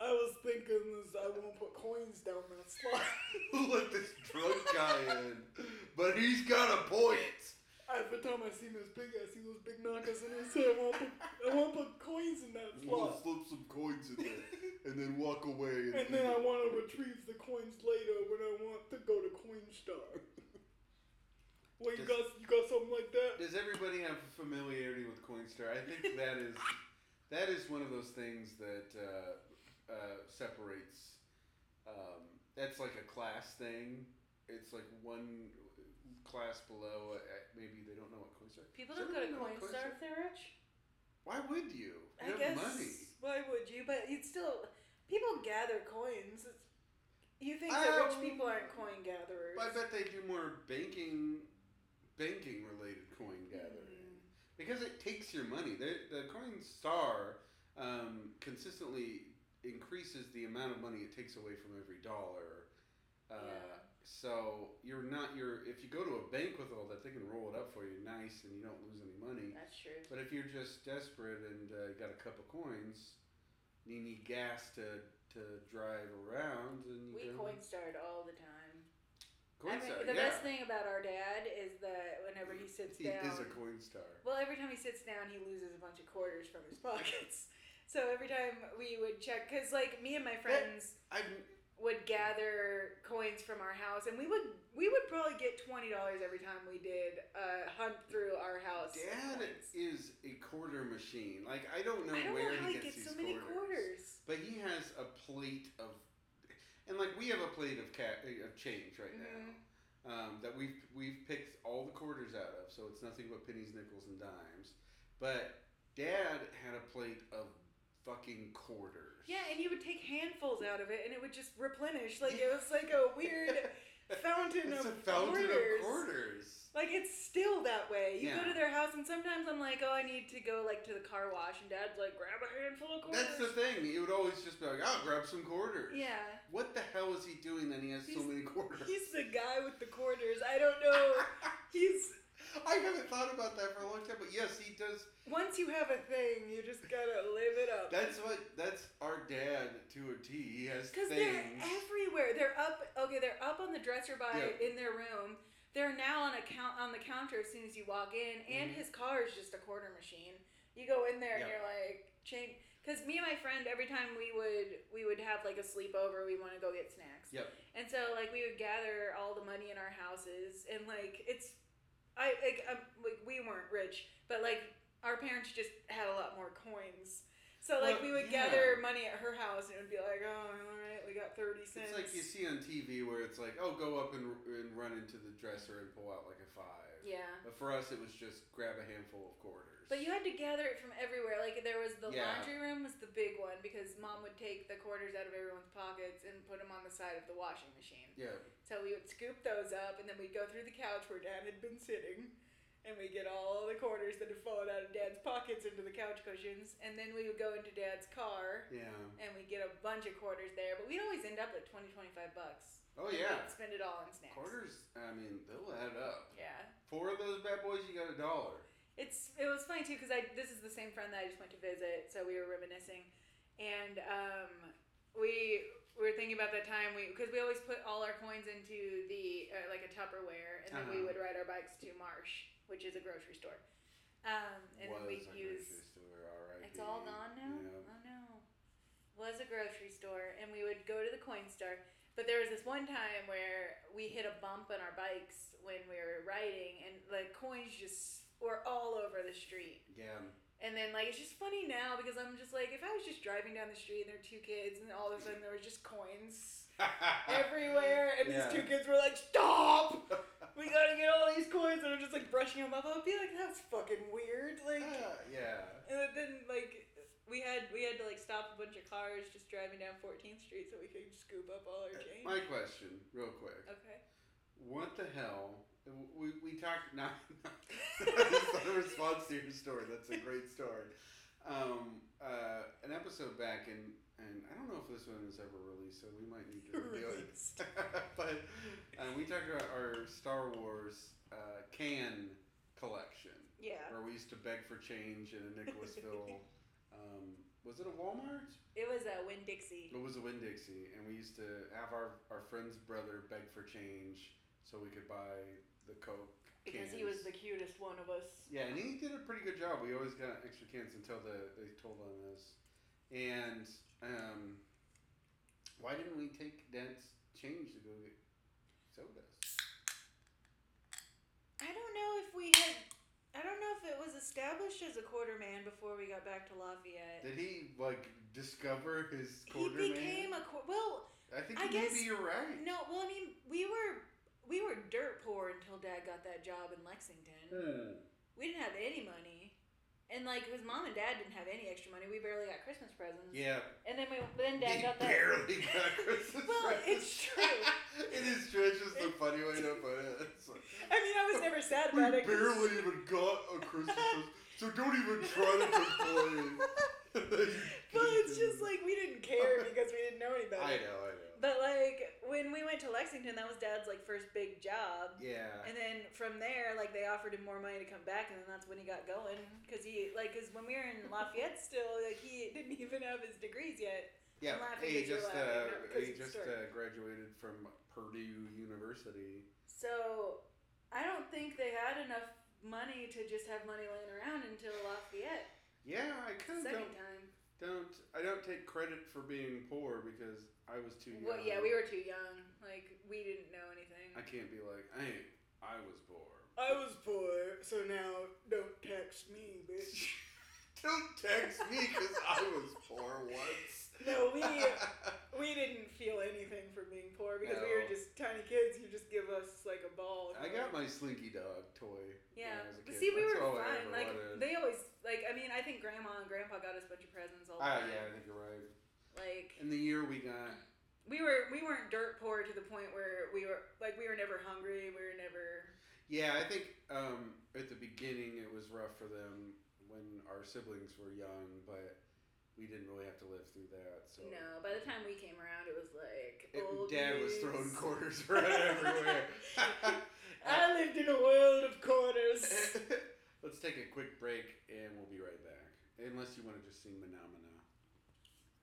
Speaker 3: I was thinking this, I won't put coins down that slot.
Speaker 1: Let this drunk guy in, but he's got a point.
Speaker 3: Every time I see Miss Piggy, I see those big knockers and I say I won't put, I won't put coins in that
Speaker 1: We'll
Speaker 3: slot.
Speaker 1: flip some coins in there, and then walk away. And,
Speaker 3: And then I want to retrieve the coins later when I want to go to Coinstar. What you
Speaker 1: Does-
Speaker 3: got? You got something like that?
Speaker 1: Does everybody have familiarity with Coinstar? I think that is that is one of those things that uh, uh, separates. Um, that's like a class thing. It's like one class below. Uh, maybe they don't know what Coinstar.
Speaker 2: People
Speaker 1: Does
Speaker 2: don't go to
Speaker 1: everybody know what
Speaker 2: Coinstar if they're rich.
Speaker 1: Why would you? You
Speaker 2: I
Speaker 1: have
Speaker 2: guess.
Speaker 1: money.
Speaker 2: Why would you? But it's still people gather coins. It's, you think that rich
Speaker 1: Um,
Speaker 2: people aren't coin gatherers?
Speaker 1: But I bet they do more banking, banking related coin gathering. because it takes your money. The, the coin star um, consistently increases the amount of money it takes away from every dollar. Uh,
Speaker 2: Yeah.
Speaker 1: So you're not you're if you go to a bank with all that, they can roll it up for you nice, and you don't lose any money.
Speaker 2: That's true.
Speaker 1: But if you're just desperate and uh, you got a couple coins, and you need gas to to drive around, and you
Speaker 2: We
Speaker 1: go-
Speaker 2: coin starred all the time.
Speaker 1: coin
Speaker 2: I mean,
Speaker 1: star.
Speaker 2: the
Speaker 1: yeah.
Speaker 2: best thing about our dad is that whenever he sits
Speaker 1: he
Speaker 2: down,
Speaker 1: is a coin star.
Speaker 2: Well, every time he sits down, he loses a bunch of quarters from his pockets. So every time we would check, because like me and my friends
Speaker 1: I've
Speaker 2: would gather coins from our house, and we would we would probably get twenty dollars every time we did a hunt through our house. for
Speaker 1: Dad
Speaker 2: coins.
Speaker 1: is a quarter machine. Like I don't know
Speaker 2: I don't
Speaker 1: where
Speaker 2: know how
Speaker 1: he
Speaker 2: he
Speaker 1: gets
Speaker 2: gets so
Speaker 1: these
Speaker 2: many
Speaker 1: quarters.
Speaker 2: quarters.
Speaker 1: But he has a plate of, and like we have a plate of cat of change right
Speaker 2: Mhm.
Speaker 1: now, um, that we've we've picked all the quarters out of. So it's nothing but pennies, nickels, and dimes. But Dad had a plate of fucking quarters.
Speaker 2: Yeah, and he would take handfuls out of it, and it would just replenish. Like it was like a weird fountain
Speaker 1: it's
Speaker 2: of
Speaker 1: a fountain
Speaker 2: quarters.
Speaker 1: of quarters.
Speaker 2: Like it's still that way. You
Speaker 1: Yeah.
Speaker 2: go to their house, and sometimes I'm like, oh, I need to go like to the car wash, and Dad's like, grab a handful of quarters.
Speaker 1: That's the thing. He would always just be like, "I'll grab some quarters."
Speaker 2: Yeah,
Speaker 1: What the hell is he doing? Then he has so
Speaker 2: He's-
Speaker 1: many quarters.
Speaker 2: he's the guy with the quarters. I don't know. He's
Speaker 1: I haven't thought about that for a long time, but yes, he does.
Speaker 2: once you have a thing, you just gotta live it up.
Speaker 1: That's what that's our dad to a T. He has
Speaker 2: Because
Speaker 1: things.
Speaker 2: they're everywhere. They're up. Okay, they're up on the dresser by
Speaker 1: Yeah.
Speaker 2: in their room. They're now on a count on the counter as soon as you walk in, and
Speaker 1: Mhm.
Speaker 2: his car is just a quarter machine. You go in there and
Speaker 1: Yeah.
Speaker 2: you're like change. Because me and my friend, every time we would we would have like a sleepover, we want to go get snacks.
Speaker 1: Yep.
Speaker 2: And so like we would gather all the money in our houses, and like it's, I like um, like we weren't rich, but like our parents just had a lot more coins. So like
Speaker 1: Well,
Speaker 2: we would
Speaker 1: yeah.
Speaker 2: gather money at her house and it would be like, oh, all right, we got thirty cents.
Speaker 1: it's like you see on TV where it's like, oh, go up and, and run into the dresser and pull out like a five.
Speaker 2: yeah.
Speaker 1: But for us, it was just grab a handful of quarters.
Speaker 2: But you had to gather it from everywhere. Like there was the
Speaker 1: Yeah.
Speaker 2: laundry room was the big one because mom would take the quarters out of everyone's pockets and put them on the side of the washing machine.
Speaker 1: yeah,
Speaker 2: So we would scoop those up and then we'd go through the couch where dad had been sitting and we'd get all the quarters that had fallen out of dad's pockets into the couch cushions and then we would go into dad's car
Speaker 1: yeah.
Speaker 2: and we'd get a bunch of quarters there, but we'd always end up at 20 25 bucks.
Speaker 1: Oh
Speaker 2: And
Speaker 1: yeah,
Speaker 2: We'd spend it all on snacks.
Speaker 1: quarters. I mean, they'll add up.
Speaker 2: Yeah.
Speaker 1: Four of those bad boys, you got a dollar.
Speaker 2: It's it was funny too because I this is the same friend that I just went to visit, so we were reminiscing, and um, we were thinking about that time we because we always put all our coins into the uh, like a Tupperware, and then we
Speaker 1: Uh-huh.
Speaker 2: would ride our bikes to Marsh, which is a grocery store, um, and
Speaker 1: Was
Speaker 2: then we'd
Speaker 1: a
Speaker 2: use.
Speaker 1: grocery store, alright.
Speaker 2: It's all gone now? Oh no. Was a grocery store and we would go to the coin star. But there was this one time where we hit a bump on our bikes when we were riding and the coins just were all over the street.
Speaker 1: Yeah.
Speaker 2: And then like it's just funny now because I'm just like if I was just driving down the street and there were two kids and all of a sudden there was just coins
Speaker 1: Yeah.
Speaker 2: everywhere and
Speaker 1: Yeah.
Speaker 2: these two kids were like, Stop we gotta get all these coins, and I'm just like brushing them off. I'll be like,
Speaker 3: That's fucking weird. Like,
Speaker 1: Ah, yeah.
Speaker 2: and then like we had we had to like stop a bunch of cars just driving down 14th Street so we could scoop up all our change.
Speaker 1: Uh, My question, real quick.
Speaker 2: Okay.
Speaker 1: What the hell? We, we talked not, not a response to your story. That's a great story. Um, uh, an episode back in, and I don't know if this one was ever released, so we might need to review it.
Speaker 3: released.
Speaker 1: but uh, we talked about our Star Wars uh, can collection,
Speaker 2: Yeah.
Speaker 1: where we used to beg for change in a Nicholasville. um, was it a Walmart?
Speaker 2: It was uh, a Win Dixie.
Speaker 1: It was a Winn Dixie, and we used to have our, our friend's brother beg for change so we could buy the Coke cans.
Speaker 2: Because he was the cutest one of us.
Speaker 1: yeah, and he did a pretty good job. We always got extra cans until the, they told on us. And um, why didn't we take Dad's change to go get sodas?
Speaker 2: I don't know if we had. I don't know if it was established as a quarterman before we got back to Lafayette.
Speaker 1: Did he like discover his
Speaker 2: He
Speaker 1: quarter
Speaker 2: became
Speaker 1: man?
Speaker 2: a quar- well,
Speaker 1: I think
Speaker 2: I guess-
Speaker 1: maybe you're right.
Speaker 2: no, well, I mean, we were we were dirt poor until Dad got that job in Lexington.
Speaker 1: Hmm.
Speaker 2: We didn't have any money, and like his mom and Dad didn't have any extra money. We barely got Christmas presents.
Speaker 1: Yeah,
Speaker 2: And then we then Dad
Speaker 1: he
Speaker 2: got that.
Speaker 1: barely got Christmas.
Speaker 2: Well,
Speaker 1: presents.
Speaker 2: it's true.
Speaker 1: it is true. It's just a funny way to put it. It's like,
Speaker 2: I mean, I was never sad
Speaker 1: we
Speaker 2: about it. 'cause-
Speaker 1: barely even got a Christmas, present, so don't even try to complain.
Speaker 2: Well, it's just like we didn't care because we didn't know any better.
Speaker 1: I know, I know.
Speaker 2: But like when we went to Lexington, that was Dad's like first big job.
Speaker 1: Yeah,
Speaker 2: And then from there, like they offered him more money to come back, and then that's when he got going. Cause he like, cause when we were in Lafayette, still like he didn't even have his degrees yet.
Speaker 1: yeah.
Speaker 2: I'm laughing
Speaker 1: He
Speaker 2: because you're
Speaker 1: just
Speaker 2: laughing, not
Speaker 1: uh,
Speaker 2: because
Speaker 1: he
Speaker 2: it's
Speaker 1: just
Speaker 2: dark.
Speaker 1: uh, graduated from Purdue University.
Speaker 2: So I don't think they had enough money to just have money laying around until Lafayette
Speaker 1: Yeah, I kind of don't
Speaker 2: second time.
Speaker 1: Don't I don't take credit for being poor because I was too young.
Speaker 2: Well, yeah, we were too young. Like we didn't know anything.
Speaker 1: I can't be like, hey, I was poor.
Speaker 3: I was poor, so now don't text me, bitch.
Speaker 1: don't text me because I was poor once.
Speaker 2: No, we we didn't feel anything for being poor because we
Speaker 1: No.
Speaker 2: were just tiny kids. You just give us like a ball.
Speaker 1: I got my Slinky Dog toy.
Speaker 2: Yeah,
Speaker 1: when I was a
Speaker 2: but
Speaker 1: kid.
Speaker 2: see, we
Speaker 1: That's
Speaker 2: were
Speaker 1: all I
Speaker 2: fine.
Speaker 1: ever
Speaker 2: Like
Speaker 1: wanted.
Speaker 2: they always like. I mean, I think Grandma and Grandpa got us a bunch of presents all the
Speaker 1: Ah,
Speaker 2: time.
Speaker 1: yeah, I think you're right.
Speaker 2: Like
Speaker 1: And the year we got,
Speaker 2: we were we weren't dirt poor to the point where we were like we were never hungry. We were never.
Speaker 1: yeah, I think um, at the beginning it was rough for them when our siblings were young, but we didn't really have to live through that. So
Speaker 2: No, by the time we came around, it was like
Speaker 1: It-
Speaker 2: old
Speaker 1: Dad was
Speaker 2: news.
Speaker 1: throwing quarters around everywhere.
Speaker 3: I lived in a world of quarters.
Speaker 1: Let's take a quick break and we'll be right back. Unless you want to just sing Menomina.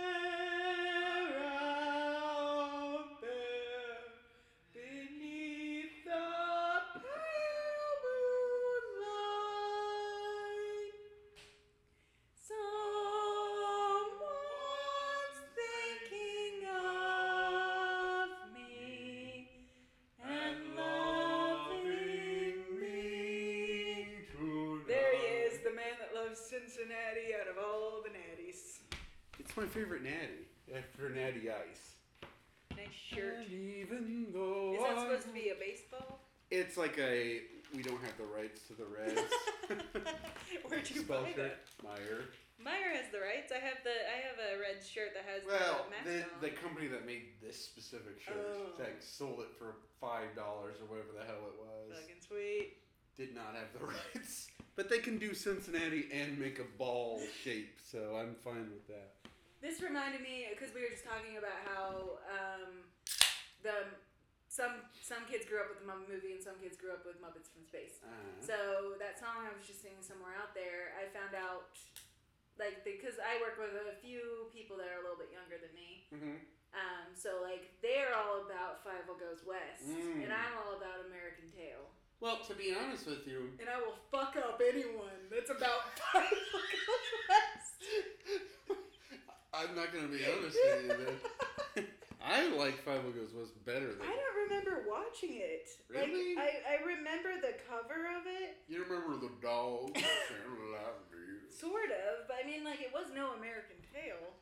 Speaker 3: Somewhere out there, beneath the pale moonlight, someone's thinking of me and loving me.
Speaker 2: There he is, the man that loves Cincinnati out of all the natties.
Speaker 1: It's my favorite natty. After natty ice.
Speaker 2: Nice shirt.
Speaker 1: And even though
Speaker 2: Is that
Speaker 1: I-
Speaker 2: supposed to be a baseball?
Speaker 1: It's like a we don't have the rights to the Reds.
Speaker 2: Where'd you
Speaker 1: Spell
Speaker 2: buy
Speaker 1: check,
Speaker 2: that?
Speaker 1: Meyer.
Speaker 2: Meyer has the rights. I have the I have a red shirt that has
Speaker 1: Well,
Speaker 2: the
Speaker 1: the,
Speaker 2: mask on.
Speaker 1: the company that made this specific shirt
Speaker 3: Oh.
Speaker 1: that sold it for five dollars or whatever the hell it was
Speaker 2: Fucking sweet.
Speaker 1: did not have the rights. But they can do Cincinnati and make a ball shape, so I'm fine with that.
Speaker 2: This reminded me because we were just talking about how um, the some some kids grew up with the Muppet movie and some kids grew up with Muppets from Space.
Speaker 1: Uh,
Speaker 2: So that song I was just singing somewhere out there, I found out, like, because I work with a few people that are a little bit younger than me.
Speaker 1: mhm.
Speaker 2: Um, so like they're all about Five Will Goes West,
Speaker 1: Mm.
Speaker 2: and I'm all about American Tail.
Speaker 1: Well, to be honest with you,
Speaker 3: And I will fuck up anyone that's about five.
Speaker 2: Goes West.
Speaker 1: I'm not going to be honest with you. Then. I like Five Goes West better than
Speaker 2: I don't remember watching it.
Speaker 1: Really?
Speaker 2: Like I, I remember the cover of it,
Speaker 1: You remember the dog? Sandlot?
Speaker 2: sort of, but I mean, like it was no American Tale.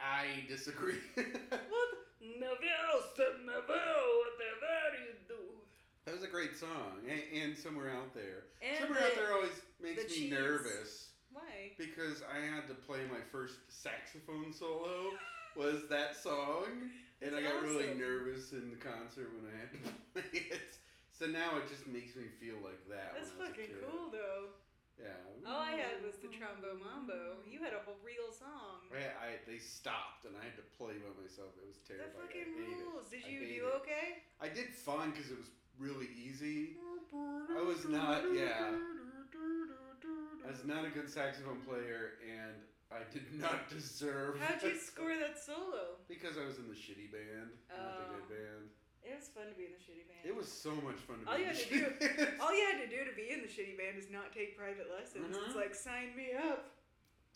Speaker 1: I disagree. that
Speaker 2: What? Neville said Neville, whatever you do.
Speaker 1: was a great song, and, and somewhere out there.
Speaker 2: And
Speaker 1: somewhere out
Speaker 2: the-
Speaker 1: there always makes
Speaker 2: the
Speaker 1: me
Speaker 2: cheese.
Speaker 1: nervous
Speaker 2: Why?
Speaker 1: because I had to play my first saxophone solo was that song, and I
Speaker 2: That's
Speaker 1: got really
Speaker 2: awesome.
Speaker 1: nervous in the concert when I had to play it. So now it just makes me feel like that.
Speaker 2: That's
Speaker 1: when I was a
Speaker 2: fucking
Speaker 1: kid.
Speaker 2: cool though.
Speaker 1: Yeah.
Speaker 2: All I had was the Trombo Mambo. You had a whole real song.
Speaker 1: I, I, they stopped and I had to play by myself. It was
Speaker 2: That
Speaker 1: terrifying. I
Speaker 2: fucking
Speaker 1: hated it.
Speaker 2: rules. Did
Speaker 1: I
Speaker 2: you
Speaker 1: hate
Speaker 2: do
Speaker 1: it.
Speaker 2: okay?
Speaker 1: I did fine because it was really easy.
Speaker 2: I
Speaker 1: was not- yeah. I was not a good saxophone player, and I did not deserve.
Speaker 2: How'd you score that solo?
Speaker 1: Because I was in the shitty band, not
Speaker 2: Oh.
Speaker 1: the good band.
Speaker 2: It was fun to be in the shitty band.
Speaker 1: It was so much fun to
Speaker 2: All
Speaker 1: be
Speaker 2: you
Speaker 1: in the
Speaker 2: had to
Speaker 1: shitty band.
Speaker 2: All you had to do to be in the shitty band is not take private lessons.
Speaker 1: Mhm.
Speaker 2: It's like sign me up.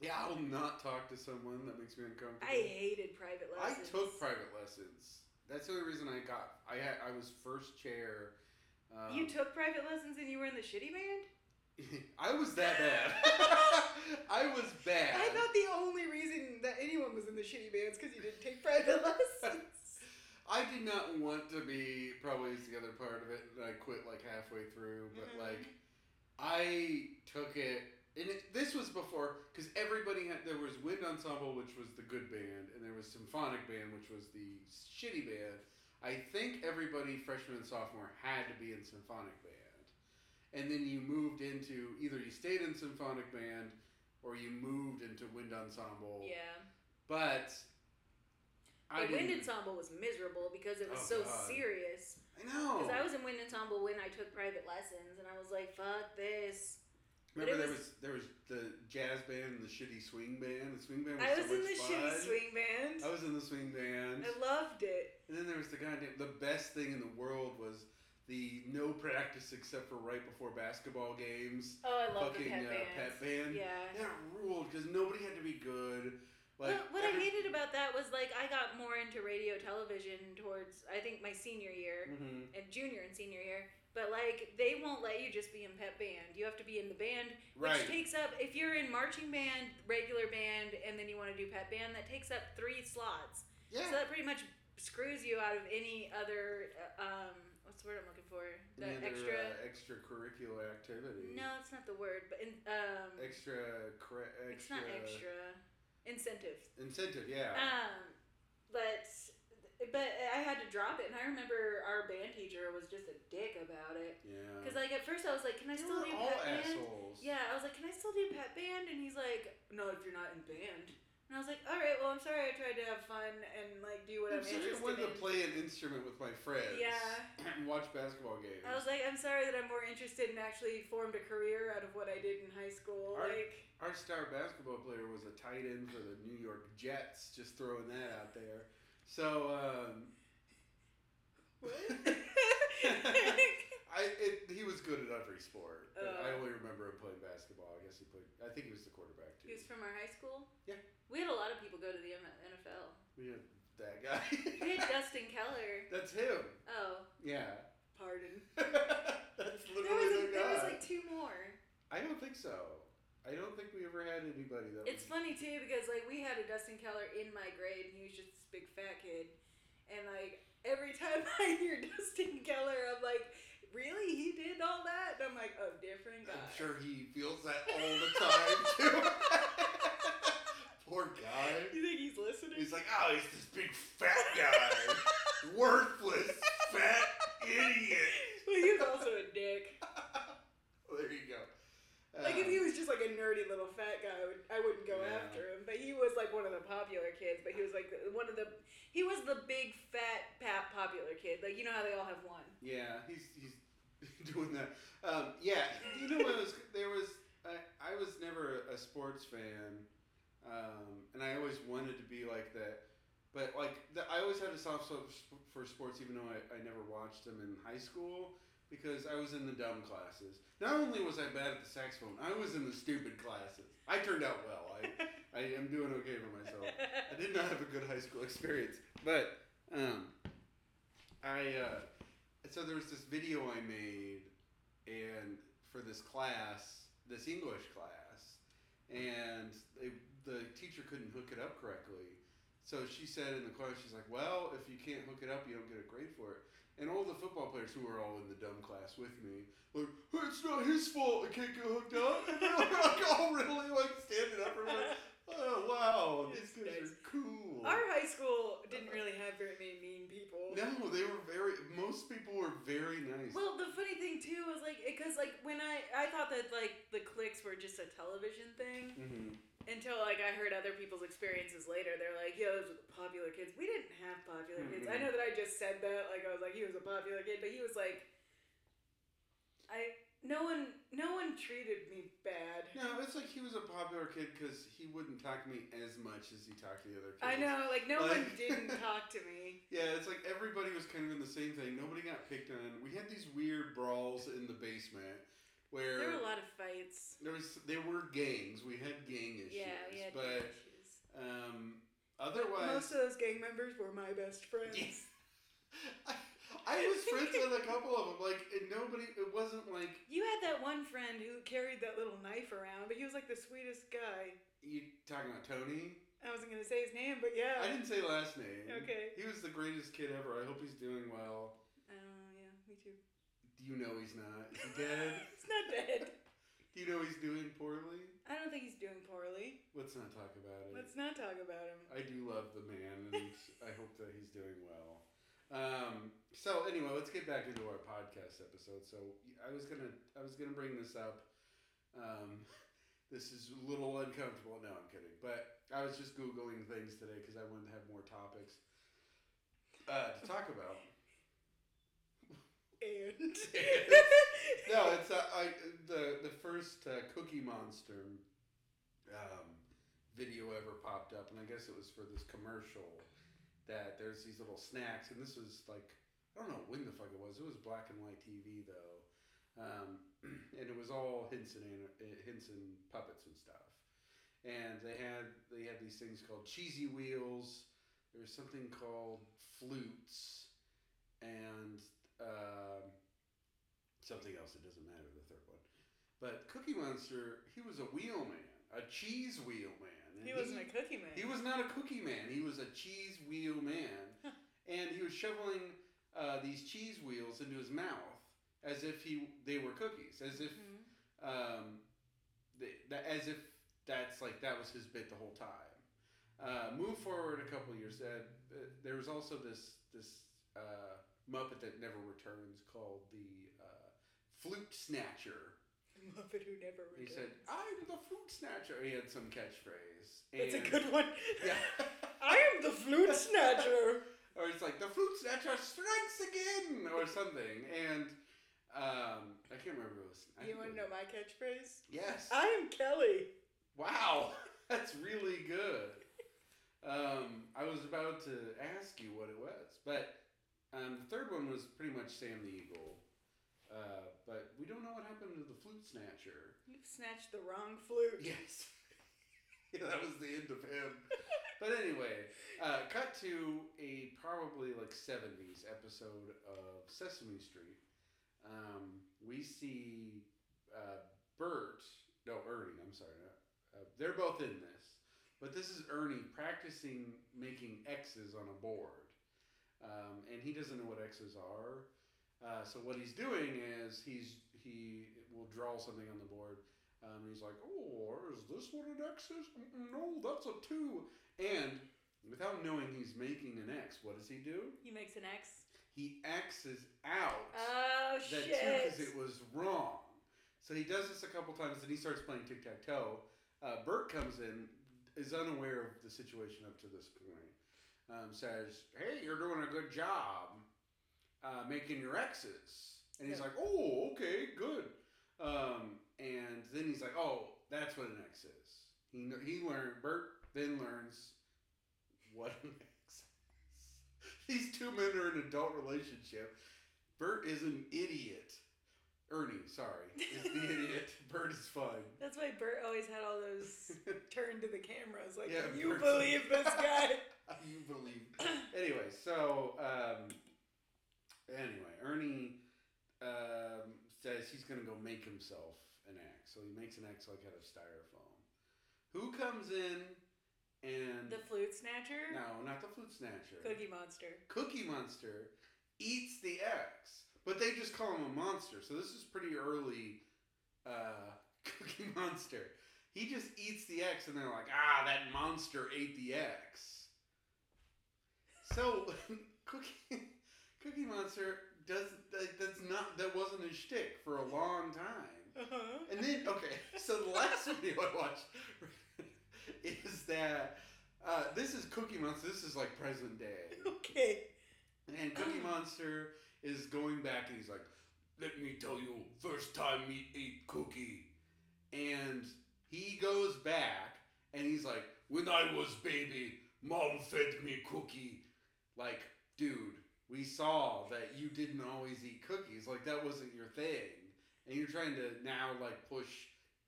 Speaker 1: Yeah, I will not talk to someone that makes me uncomfortable.
Speaker 2: I hated private
Speaker 1: I
Speaker 2: lessons.
Speaker 1: took private lessons. That's the only reason I got. I had, I was first chair. Um,
Speaker 2: You took private lessons and you were in the shitty band?
Speaker 1: I was that bad. I was bad.
Speaker 2: I thought the only reason that anyone was in the shitty band is because you didn't take private lessons.
Speaker 1: I did not want to be probably is the other part of it and I quit like halfway through, but
Speaker 2: Mhm.
Speaker 1: like I took it and it, this was before because everybody had there was wind ensemble which was the good band and there was symphonic band which was the shitty band. I think everybody freshman and sophomore had to be in symphonic band, and then you moved into either you stayed in symphonic band or you moved into wind ensemble.
Speaker 2: Yeah.
Speaker 1: But Oh. I
Speaker 2: the wind
Speaker 1: didn't-
Speaker 2: ensemble was miserable because it was
Speaker 1: Oh,
Speaker 2: so
Speaker 1: God. Oh.
Speaker 2: serious.
Speaker 1: I know.
Speaker 2: Because I was in wind ensemble when I took private lessons, and I was like, "Fuck this!" But
Speaker 1: Remember
Speaker 2: it
Speaker 1: there was there was the jazz band and the shitty swing band. The swing band was
Speaker 2: I was
Speaker 1: so
Speaker 2: in
Speaker 1: much
Speaker 2: the
Speaker 1: fun.
Speaker 2: shitty swing band.
Speaker 1: I was in the swing band,
Speaker 2: I loved it.
Speaker 1: and then there was the goddamn. The best thing in the world was the no practice except for right before basketball games.
Speaker 2: Oh, I loved
Speaker 1: fucking
Speaker 2: the pet
Speaker 1: uh,
Speaker 2: band.
Speaker 1: pet band.
Speaker 2: Yeah.
Speaker 1: That ruled because nobody had to be good. Like
Speaker 2: what what
Speaker 1: every-
Speaker 2: I hated about that was like I got more into radio television towards I think my senior year
Speaker 1: Mhm.
Speaker 2: and junior and senior year. But like they won't let you just be in pep band. You have to be in the band
Speaker 1: Right.
Speaker 2: Which takes up, if you're in marching band, regular band, and then you want to do pep band, that takes up three slots.
Speaker 1: yeah.
Speaker 2: So that pretty much screws you out of any other, uh, um, what's the word I'm looking for? The
Speaker 1: Any other,
Speaker 2: extra.
Speaker 1: uh, extracurricular activity.
Speaker 2: no, that's not the word, but in, um,
Speaker 1: Extra. Cra- extra.
Speaker 2: it's not extra. Incentive.
Speaker 1: Incentive. Yeah.
Speaker 2: Um, but but I had to drop it, and I remember our band teacher was just a dick about it.
Speaker 1: yeah.
Speaker 2: Because like at first I was like, can I
Speaker 1: They
Speaker 2: still
Speaker 1: were
Speaker 2: do
Speaker 1: all
Speaker 2: pep band?
Speaker 1: assholes.
Speaker 2: Yeah, I was like, "Can I still do pet band?" And he's like, "No, if you're not in band." And I was like, "All right, well, I'm sorry. I tried to have fun and like do what I'm,
Speaker 1: I'm sorry, I
Speaker 2: interested
Speaker 1: wanted
Speaker 2: in."
Speaker 1: to play an instrument with my friends.
Speaker 2: Yeah.
Speaker 1: And watch basketball games.
Speaker 2: I was like, "I'm sorry that I'm more interested in actually formed a career out of what I did in high school."
Speaker 1: Art.
Speaker 2: Like,
Speaker 1: Our star basketball player was a tight end for the New York Jets, just throwing that out there. So, um,
Speaker 2: what?
Speaker 1: I, it, he was good at every sport. But
Speaker 2: Uh.
Speaker 1: I only remember him playing basketball. I guess he played, I think he was the quarterback too.
Speaker 2: he was from our high school.
Speaker 1: Yeah.
Speaker 2: We had a lot of people go to the M- NFL.
Speaker 1: we had that guy.
Speaker 2: We had Dustin Keller.
Speaker 1: That's him.
Speaker 2: Oh,
Speaker 1: Yeah.
Speaker 2: pardon.
Speaker 1: That's
Speaker 2: There was,
Speaker 1: literally the
Speaker 2: there
Speaker 1: guy.
Speaker 2: was like two more.
Speaker 1: I don't think so. I don't think we ever had anybody that
Speaker 2: It's
Speaker 1: was
Speaker 2: funny too because like we had a Dustin Keller in my grade and he was just this big fat kid, and like every time I hear Dustin Keller, I'm like, really? He did all that? And I'm like, oh, different guy.
Speaker 1: I'm sure he feels that all the time too. Poor guy.
Speaker 2: You think he's listening?
Speaker 1: He's like, oh, he's this big fat guy, worthless fat idiot.
Speaker 2: well, he was also a dick.
Speaker 1: There you go.
Speaker 2: Like if
Speaker 1: Um,
Speaker 2: he was just like a nerdy little fat guy, I, would, I wouldn't go
Speaker 1: Yeah.
Speaker 2: after him. But he was like one of the popular kids. But he was like the- one of the he was the big fat pap popular kid. Like you know how they all have one.
Speaker 1: Yeah, he's he's doing that. Um, yeah, you know what was there was I, I was never a sports fan, um, and I always wanted to be like that. But like the, I always had a soft spot sp- for sports, even though I, I never watched them in high school because I was in the dumb classes. Not only was I bad at the saxophone, I was in the stupid classes. I turned out well. I I am doing okay for myself. I did not have a good high school experience, but Um, I uh, so there was this video I made, and for this class, this English class, and it, the teacher couldn't hook it up correctly. So she said in the class, she's like, "Well, if you can't hook it up, you don't get a grade for it." And all the football players who were all in the dumb class with me, like, "Hey, it's not his fault. I can't get hooked up. And they're like all really like standing up and like, oh wow, these
Speaker 2: It's
Speaker 1: guys
Speaker 2: nice.
Speaker 1: are cool.
Speaker 2: Our high school didn't really have very many mean people.
Speaker 1: No, they were very. Most people were very nice.
Speaker 2: Well, the funny thing too was like, because like when I I thought that like the clicks were just a television thing
Speaker 1: hmm
Speaker 2: until like I heard other people's experiences later. They're like, yo, those were the popular kids. We didn't have popular kids. I
Speaker 1: Mhm.
Speaker 2: know that I just said that like I was like he was a popular kid, but he was like, I no one no one treated me bad.
Speaker 1: No, it's like he was a popular kid because he wouldn't talk to me as much as he talked to the other kids.
Speaker 2: I know, like no one
Speaker 1: Like-
Speaker 2: didn't talk to me.
Speaker 1: Yeah, it's like everybody was kind of in the same thing. Nobody got picked on. We had these weird brawls in the basement where
Speaker 2: There were a lot of fights.
Speaker 1: there was there were gangs. We had gang issues,
Speaker 2: Yeah, yeah.
Speaker 1: but um, otherwise,
Speaker 3: Most of those gang members were my best friends.
Speaker 1: Yes. I, I was friends with a couple of them. Like and nobody, it wasn't like
Speaker 2: You had that one friend who carried that little knife around, but he was like the sweetest guy.
Speaker 1: you talking about Tony.
Speaker 2: I wasn't gonna say his name, but
Speaker 1: I
Speaker 2: yeah.
Speaker 1: didn't say last name.
Speaker 2: Okay.
Speaker 1: He was the greatest kid ever. I hope he's doing well.
Speaker 2: Oh yeah, me too.
Speaker 1: You know he's not. Is he dead?
Speaker 2: he's not dead.
Speaker 1: Do you know he's doing poorly?
Speaker 2: I don't think he's doing poorly.
Speaker 1: Let's not talk about it.
Speaker 2: Let's not talk about him.
Speaker 1: I do love the man, and I hope that he's doing well. Um, so anyway, let's get back into our podcast episode. So I was gonna, I was gonna bring this up. Um, this is a little uncomfortable. No, I'm kidding. But I was just googling things today because I wanted to have more topics uh, to talk about.
Speaker 3: And
Speaker 1: No, it's uh, I, the the first uh, Cookie Monster um, video ever popped up, and I guess it was for this commercial that there's these little snacks, and this was like I don't know when the fuck it was. It was black and white TV though, um, and it was all Henson and uh, Henson puppets and stuff. And they had they had these things called cheesy wheels. There was something called flutes, and um, something else. It doesn't matter the third one. But Cookie Monster, he was a wheel man, a cheese wheel man. and
Speaker 2: He wasn't a cookie man.
Speaker 1: he was not a cookie man. He was a cheese wheel man, and he was shoveling uh, these cheese wheels into his mouth as if he they were cookies, as if
Speaker 2: Mhm.
Speaker 1: um, th that, as if that's like that was his bit the whole time. Uh, move forward a couple years, uh, uh, there was also this this uh, Muppet that never returns called the uh, Flute Snatcher.
Speaker 3: Muppet who never
Speaker 1: He
Speaker 3: returned.
Speaker 1: said, "Ah, "I'm the Flute Snatcher." He had some catchphrase.
Speaker 3: That's
Speaker 1: and-
Speaker 3: a good one.
Speaker 1: Yeah.
Speaker 3: I am the flute snatcher.
Speaker 1: or it's like the flute snatcher strikes again or something and um, i can't remember what it was I
Speaker 3: You
Speaker 1: think
Speaker 3: want
Speaker 1: it
Speaker 3: to know my catchphrase?
Speaker 1: was- yes
Speaker 3: I am Kelly.
Speaker 1: wow that's really good um, i was about to ask you what it was but um, the third one was pretty much sam the eagle uh, but we don't know what happened to the flute snatcher
Speaker 2: You snatched the wrong flute.
Speaker 3: Flute.
Speaker 1: yes yeah that was the end of him but anyway uh, cut to a probably like 70s episode of Sesame Street. Um, we see uh, Bert, no, Ernie, I'm sorry. no, Uh, they're both in this, but this is Ernie practicing making X's on a board. Um, and he doesn't know what X's are. Uh, so what he's doing is he's he will draw something on the board. Um, he's like, oh, is this what an X is? Mm, No, that's a two. And Without knowing he's making an X, what does he do?
Speaker 2: He makes an X.
Speaker 1: He X's out
Speaker 2: Oh
Speaker 1: that
Speaker 2: shit.
Speaker 1: because it was wrong. So he does this a couple times, and he starts playing tic tac toe. Uh, Bert comes in, is unaware of the situation up to this point. Um, says, "Hey, you're doing a good job uh, making your X's," and he's
Speaker 3: Yeah.
Speaker 1: like, "Oh, okay, good." Um, and then he's like, "Oh, that's what an X is." He kn- he learned Bert then learns what an X is. These two men are in an adult relationship. Bert is an idiot. Ernie, sorry, is the idiot. Bert is fun.
Speaker 2: That's why Bert always had all those turn to the cameras like
Speaker 1: Yeah,
Speaker 2: you
Speaker 1: Bert's-
Speaker 2: believe this guy.
Speaker 1: you believe. anyway, so um, anyway, Ernie um, says he's gonna go make himself an axe. So he makes an axe like out of styrofoam. Who comes in and
Speaker 2: The flute snatcher?
Speaker 1: no, not the flute snatcher.
Speaker 2: Cookie monster.
Speaker 1: Cookie Monster eats the X, but they just call him a monster. So this is pretty early uh, Cookie Monster. He just eats the X, and they're like, ah, that monster ate the X. So Cookie Cookie Monster does that, that's not that wasn't his shtick for a long time.
Speaker 3: Uh-huh.
Speaker 1: And then okay, so the last video I watched is that uh, this is Cookie Monster. This is like present day.
Speaker 3: Okay.
Speaker 1: And Cookie Monster is going back and he's like, Let me tell you, first time he ate Cookie. And he goes back and he's like, When I was baby, mom fed me Cookie. Like, dude, we saw that you didn't always eat cookies. Like, that wasn't your thing. And you're trying to now, like, push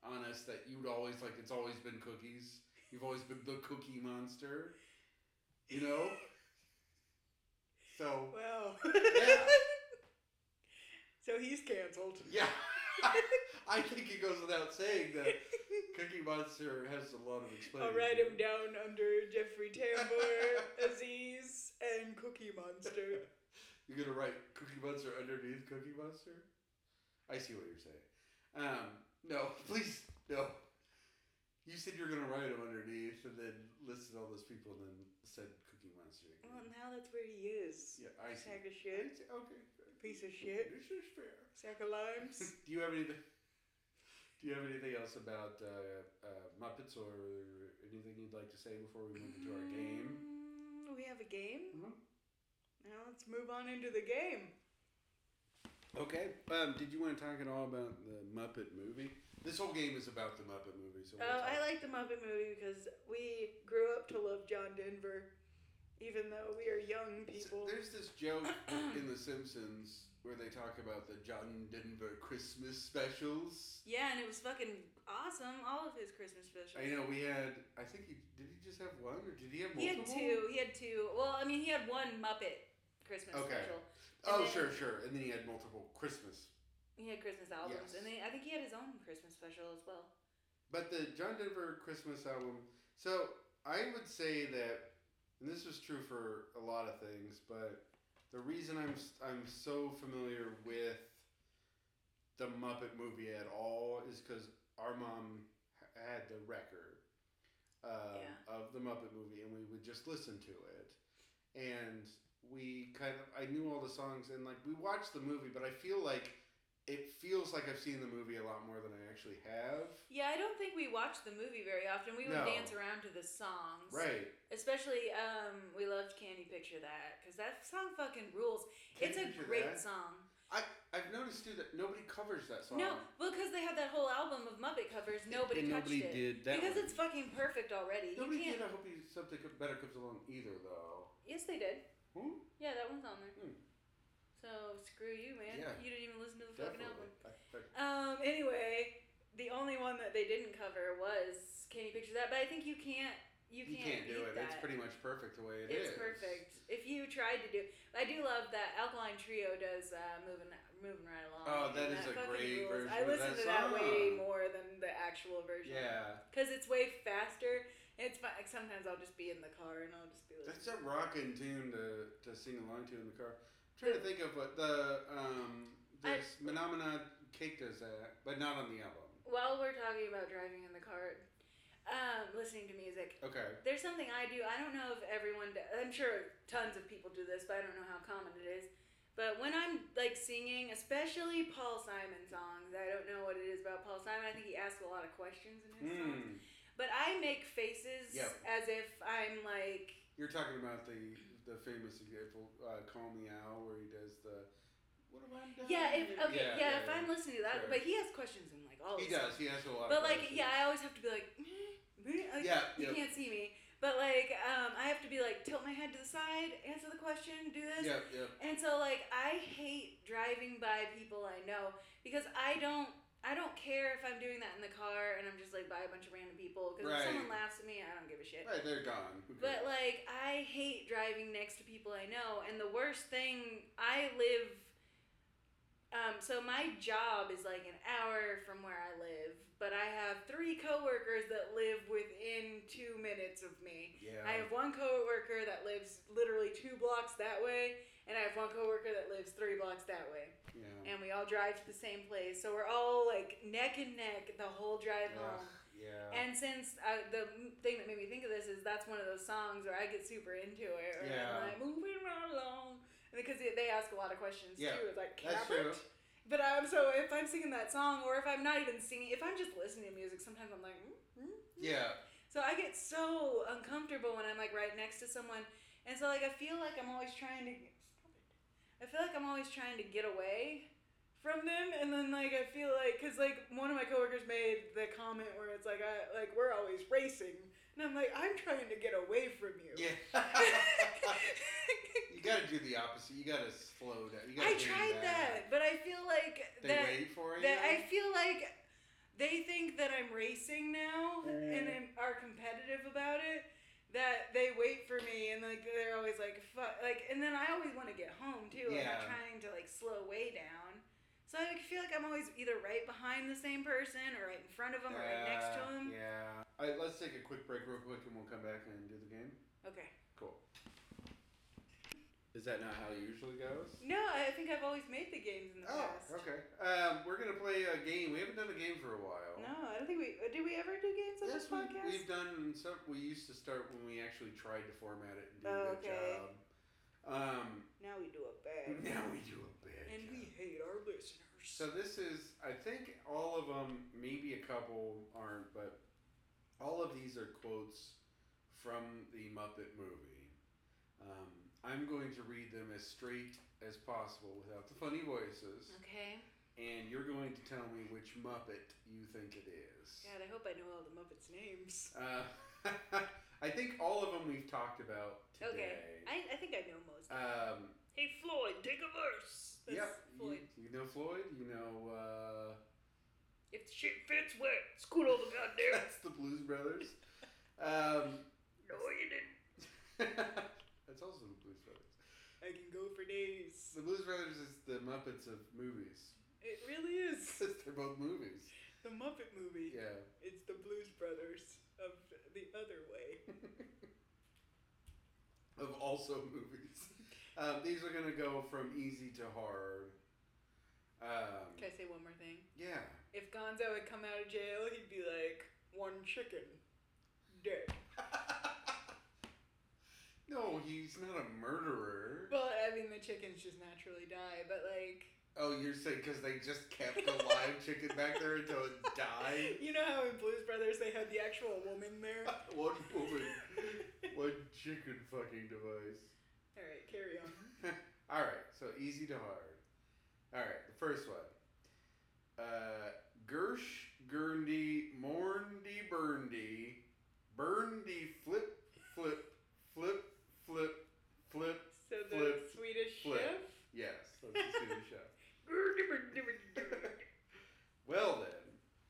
Speaker 1: on us that you'd always, like, it's always been cookies. You've always been the cookie monster. You know? So.
Speaker 3: Wow.
Speaker 1: Yeah.
Speaker 3: So he's canceled.
Speaker 1: Yeah. I think it goes without saying that Cookie Monster has a lot of explaining.
Speaker 3: I'll write him down under Jeffrey Tambor, Aziz, and Cookie Monster.
Speaker 1: You're gonna write Cookie Monster underneath Cookie Monster? I see what you're saying. Um, no, please, no. You said you're gonna write him underneath, and then listed all those people, and then said Cookie Monster. again.
Speaker 2: Well, now that's where he is.
Speaker 1: yeah, I see.
Speaker 2: Sack
Speaker 1: I
Speaker 2: of
Speaker 1: see.
Speaker 2: shit.
Speaker 1: Okay. good.
Speaker 3: Piece of shit.
Speaker 1: This is fair.
Speaker 3: Sack of limes.
Speaker 1: Do you have anything? Do you have anything else about uh, uh, Muppets or anything you'd like to say before we move into our game?
Speaker 2: Mm, We have a game?
Speaker 1: Mhm.
Speaker 2: Now let's move on into the game.
Speaker 1: Okay. Um, did you want to talk at all about the Muppet movie? This whole game is about the Muppet movie. So we'll
Speaker 2: Oh,
Speaker 1: talk-
Speaker 2: I like the Muppet movie because we grew up to love John Denver, even though we are young
Speaker 1: S-
Speaker 2: people.
Speaker 1: There's this joke in The Simpsons where they talk about the John Denver Christmas specials.
Speaker 2: Yeah, and it was fucking awesome. All of his Christmas specials.
Speaker 1: I know we had. I think he did. He just have one, or did he have
Speaker 2: He had
Speaker 1: multiple?
Speaker 2: two. He had two. Well, I mean, he had one Muppet Christmas
Speaker 1: Okay.
Speaker 2: special.
Speaker 1: Oh,
Speaker 2: And then-
Speaker 1: sure, sure. And then he had multiple Christmas.
Speaker 2: He had Christmas albums,
Speaker 1: Yes.
Speaker 2: and then I think he had his own Christmas special as well.
Speaker 1: But the John Denver Christmas album. So I would say that, and this was true for a lot of things, but the reason I'm s- I'm so familiar with the Muppet movie at all is because our mom h- had the record um,
Speaker 2: Yeah.
Speaker 1: of the Muppet movie, and we would just listen to it, and we kind of I knew all the songs, and like we watched the movie, but I feel like. It feels like I've seen the movie a lot more than I actually have.
Speaker 2: Yeah, I don't think we watched the movie very often. We
Speaker 1: No.
Speaker 2: would dance around to the songs,
Speaker 1: Right.
Speaker 2: Especially, um, we loved "Candy Picture That" because that song fucking rules.
Speaker 1: Can
Speaker 2: it's
Speaker 1: you
Speaker 2: a
Speaker 1: picture
Speaker 2: great
Speaker 1: that?
Speaker 2: song.
Speaker 1: I've noticed too that nobody covers that song.
Speaker 2: No, because they had that whole album of Muppet covers. Nobody
Speaker 1: and
Speaker 2: touched
Speaker 1: nobody
Speaker 2: it
Speaker 1: did that.
Speaker 2: because
Speaker 1: one.
Speaker 2: it's fucking perfect already.
Speaker 1: nobody
Speaker 2: you can't.
Speaker 1: did. I hope you- something better comes along either though.
Speaker 2: Yes, they did.
Speaker 1: Hmm?
Speaker 2: Yeah, that one's on there.
Speaker 1: Hmm.
Speaker 2: So screw you, man.
Speaker 1: Yeah.
Speaker 2: You didn't even listen to the fucking album.
Speaker 1: Definitely. I- I-
Speaker 2: Um. Anyway, the only one that they didn't cover was "Can You Picture That?" But I think you can't. You
Speaker 1: you
Speaker 2: can't,
Speaker 1: can't do
Speaker 2: beat
Speaker 1: it.
Speaker 2: That.
Speaker 1: It's pretty much perfect the way it
Speaker 2: it's
Speaker 1: is.
Speaker 2: perfect. If you tried to do, I do love that Alkaline Trio does uh, moving moving right along.
Speaker 1: Oh, that
Speaker 2: and
Speaker 1: is a
Speaker 2: fucking
Speaker 1: great
Speaker 2: rules.
Speaker 1: version
Speaker 2: I
Speaker 1: of
Speaker 2: listen
Speaker 1: that
Speaker 2: to that way
Speaker 1: song.
Speaker 2: more than the actual version.
Speaker 1: Yeah,
Speaker 2: because it's way faster. and It's fun. Like, sometimes I'll just be in the car and I'll just be like,
Speaker 1: that's a rocking tune to, to sing along to in the car. I'm trying to think of what the um
Speaker 2: I-
Speaker 1: this Menomina Cake does that, but not on the album.
Speaker 2: while we're talking about driving in the car, um, listening to music.
Speaker 1: Okay.
Speaker 2: There's something I do. I don't know if everyone. Does, I'm sure tons of people do this, but I don't know how common it is. But when I'm like singing, especially Paul Simon songs, I don't know what it is about Paul Simon. I think he asks a lot of questions in his songs.
Speaker 1: Mm.
Speaker 2: But I make faces
Speaker 1: Yeah.
Speaker 2: as if I'm like,
Speaker 1: You're talking about the the famous example, uh, "Call Me Out," where he does the what have I done?
Speaker 2: yeah, if okay, yeah, if I'm listening to that.
Speaker 1: Sure.
Speaker 2: But he has questions in like all.
Speaker 1: He
Speaker 2: his songs.
Speaker 1: does. He has a lot.
Speaker 2: But
Speaker 1: of
Speaker 2: like,
Speaker 1: questions.
Speaker 2: yeah, I always have to be like, "Meh, meh," like,
Speaker 1: Yeah,
Speaker 2: you
Speaker 1: yeah.
Speaker 2: can't see me. But like, um, I have to be like, tilt my head to the side, answer the question, do this.
Speaker 1: Yeah, yeah.
Speaker 2: And so like, I hate driving by people I know because I don't. I don't care if I'm doing that in the car and I'm just like by a bunch of random people because
Speaker 1: Right.
Speaker 2: if someone laughs at me, I don't give a shit.
Speaker 1: Right, they're gone. Who cares?
Speaker 2: But like I hate driving next to people I know and the worst thing I live um so my job is like an hour from where I live, but I have three coworkers that live within 2 minutes of me.
Speaker 1: yeah.
Speaker 2: I have one coworker that lives literally 2 blocks that way and I have one coworker that lives 3 blocks that way.
Speaker 1: yeah.
Speaker 2: And we all drive to the same place. So we're all like neck and neck the whole drive
Speaker 1: Ugh,
Speaker 2: home.
Speaker 1: yeah.
Speaker 2: And since I, the m- thing that made me think of this is that's one of those songs where I get super into it. Or
Speaker 1: Yeah.
Speaker 2: I'm like, moving right along. And because they they ask a lot of questions
Speaker 1: Yeah,
Speaker 2: too. It's like,
Speaker 1: That's true.
Speaker 2: Cabot? But I'm so if I'm singing that song or if I'm not even singing, if I'm just listening to music, sometimes I'm like, mm, mm, mm.
Speaker 1: Yeah.
Speaker 2: So I get so uncomfortable when I'm like right next to someone. And so like I feel like I'm always trying to I feel like I'm always trying to get away from them and then like I feel like cuz like one of my coworkers made the comment where it's like I like we're always racing and I'm like I'm trying to get away from you.
Speaker 1: Yeah. you gotta do the opposite. You gotta slow down. You gotta
Speaker 2: I
Speaker 1: lean
Speaker 2: tried
Speaker 1: back.
Speaker 2: that, but I feel like
Speaker 1: They
Speaker 2: that
Speaker 1: wait for you.
Speaker 2: that I feel like they think that I'm racing now and
Speaker 1: Mm.
Speaker 2: am- are competitive about it. That they wait for me and like they're always like fuck like and then I always want to get home too. and I'm
Speaker 1: Yeah.
Speaker 2: trying to like slow way down. So I feel like I'm always either right behind the same person or right in front of them or right next to
Speaker 1: Uh, Yeah,
Speaker 2: them.
Speaker 1: Yeah. All right, let's take a quick break, real quick, and we'll come back and do the game.
Speaker 2: Okay.
Speaker 1: Cool. Is that not how it usually goes?
Speaker 2: No, I think I've always made the games in the
Speaker 1: Oh,
Speaker 2: past.
Speaker 1: okay. Um, we're gonna play a game. We haven't done a game for a while.
Speaker 2: No, I don't think we uh, did. We ever do games on
Speaker 1: Yes,
Speaker 2: this
Speaker 1: we,
Speaker 2: podcast?
Speaker 1: we've done some. We used to start when we actually tried to format it and do
Speaker 2: Oh,
Speaker 1: a good
Speaker 2: okay.
Speaker 1: job. Um,
Speaker 2: now we do a bad.
Speaker 1: now we do a bad
Speaker 2: And
Speaker 1: job.
Speaker 2: we hate our listeners.
Speaker 1: So this is, I think, all of them. Maybe a couple aren't, but all of these are quotes from the Muppet movie. Um, I'm going to read them as straight as possible without the funny voices,
Speaker 2: okay.
Speaker 1: and you're going to tell me which Muppet you think it is.
Speaker 2: God, I hope I know all the Muppets' names.
Speaker 1: Uh, I think all of them we've talked about
Speaker 2: Okay.
Speaker 1: today.
Speaker 2: I, I think I know most.
Speaker 3: Uh,
Speaker 1: Um,
Speaker 2: hey, Floyd, take a verse. That's
Speaker 1: yep. You,
Speaker 2: Floyd.
Speaker 1: you know Floyd. You know. Uh,
Speaker 2: If the shit fits, wet. Scoot over, Oh, goddamn.
Speaker 1: That's the Blues Brothers. Um,
Speaker 2: no, you didn't.
Speaker 1: that's also the Blues Brothers.
Speaker 3: I can go for days.
Speaker 1: The Blues Brothers is the Muppets of movies.
Speaker 3: It really is.
Speaker 1: They're both movies.
Speaker 3: The Muppet movie.
Speaker 1: Yeah.
Speaker 3: It's the Blues Brothers of the other way.
Speaker 1: Of also movies. Um, these are going to go from easy to hard. Um,
Speaker 2: Can I say one more thing?
Speaker 1: Yeah.
Speaker 2: If Gonzo had come out of jail, he'd be like,
Speaker 3: One chicken. Dead.
Speaker 1: no, he's not a murderer.
Speaker 2: well, I mean, the chickens just naturally die, but like,
Speaker 1: Oh, you're saying because they just kept the live chicken back there until it died?
Speaker 3: You know how in Blues Brothers they had the actual woman there?
Speaker 1: One woman, one chicken fucking device.
Speaker 3: Alright, carry on.
Speaker 1: All right, so easy to hard. All right, the first one. Uh, Gersh, Gurndy, Morndy, Burndy, Burndy, Flip, Flip, Flip, Flip, Flip.
Speaker 2: so the
Speaker 1: Flip.
Speaker 2: Swedish
Speaker 1: Flip.
Speaker 2: chef.
Speaker 1: Yes, that's the Swedish chef. Well then,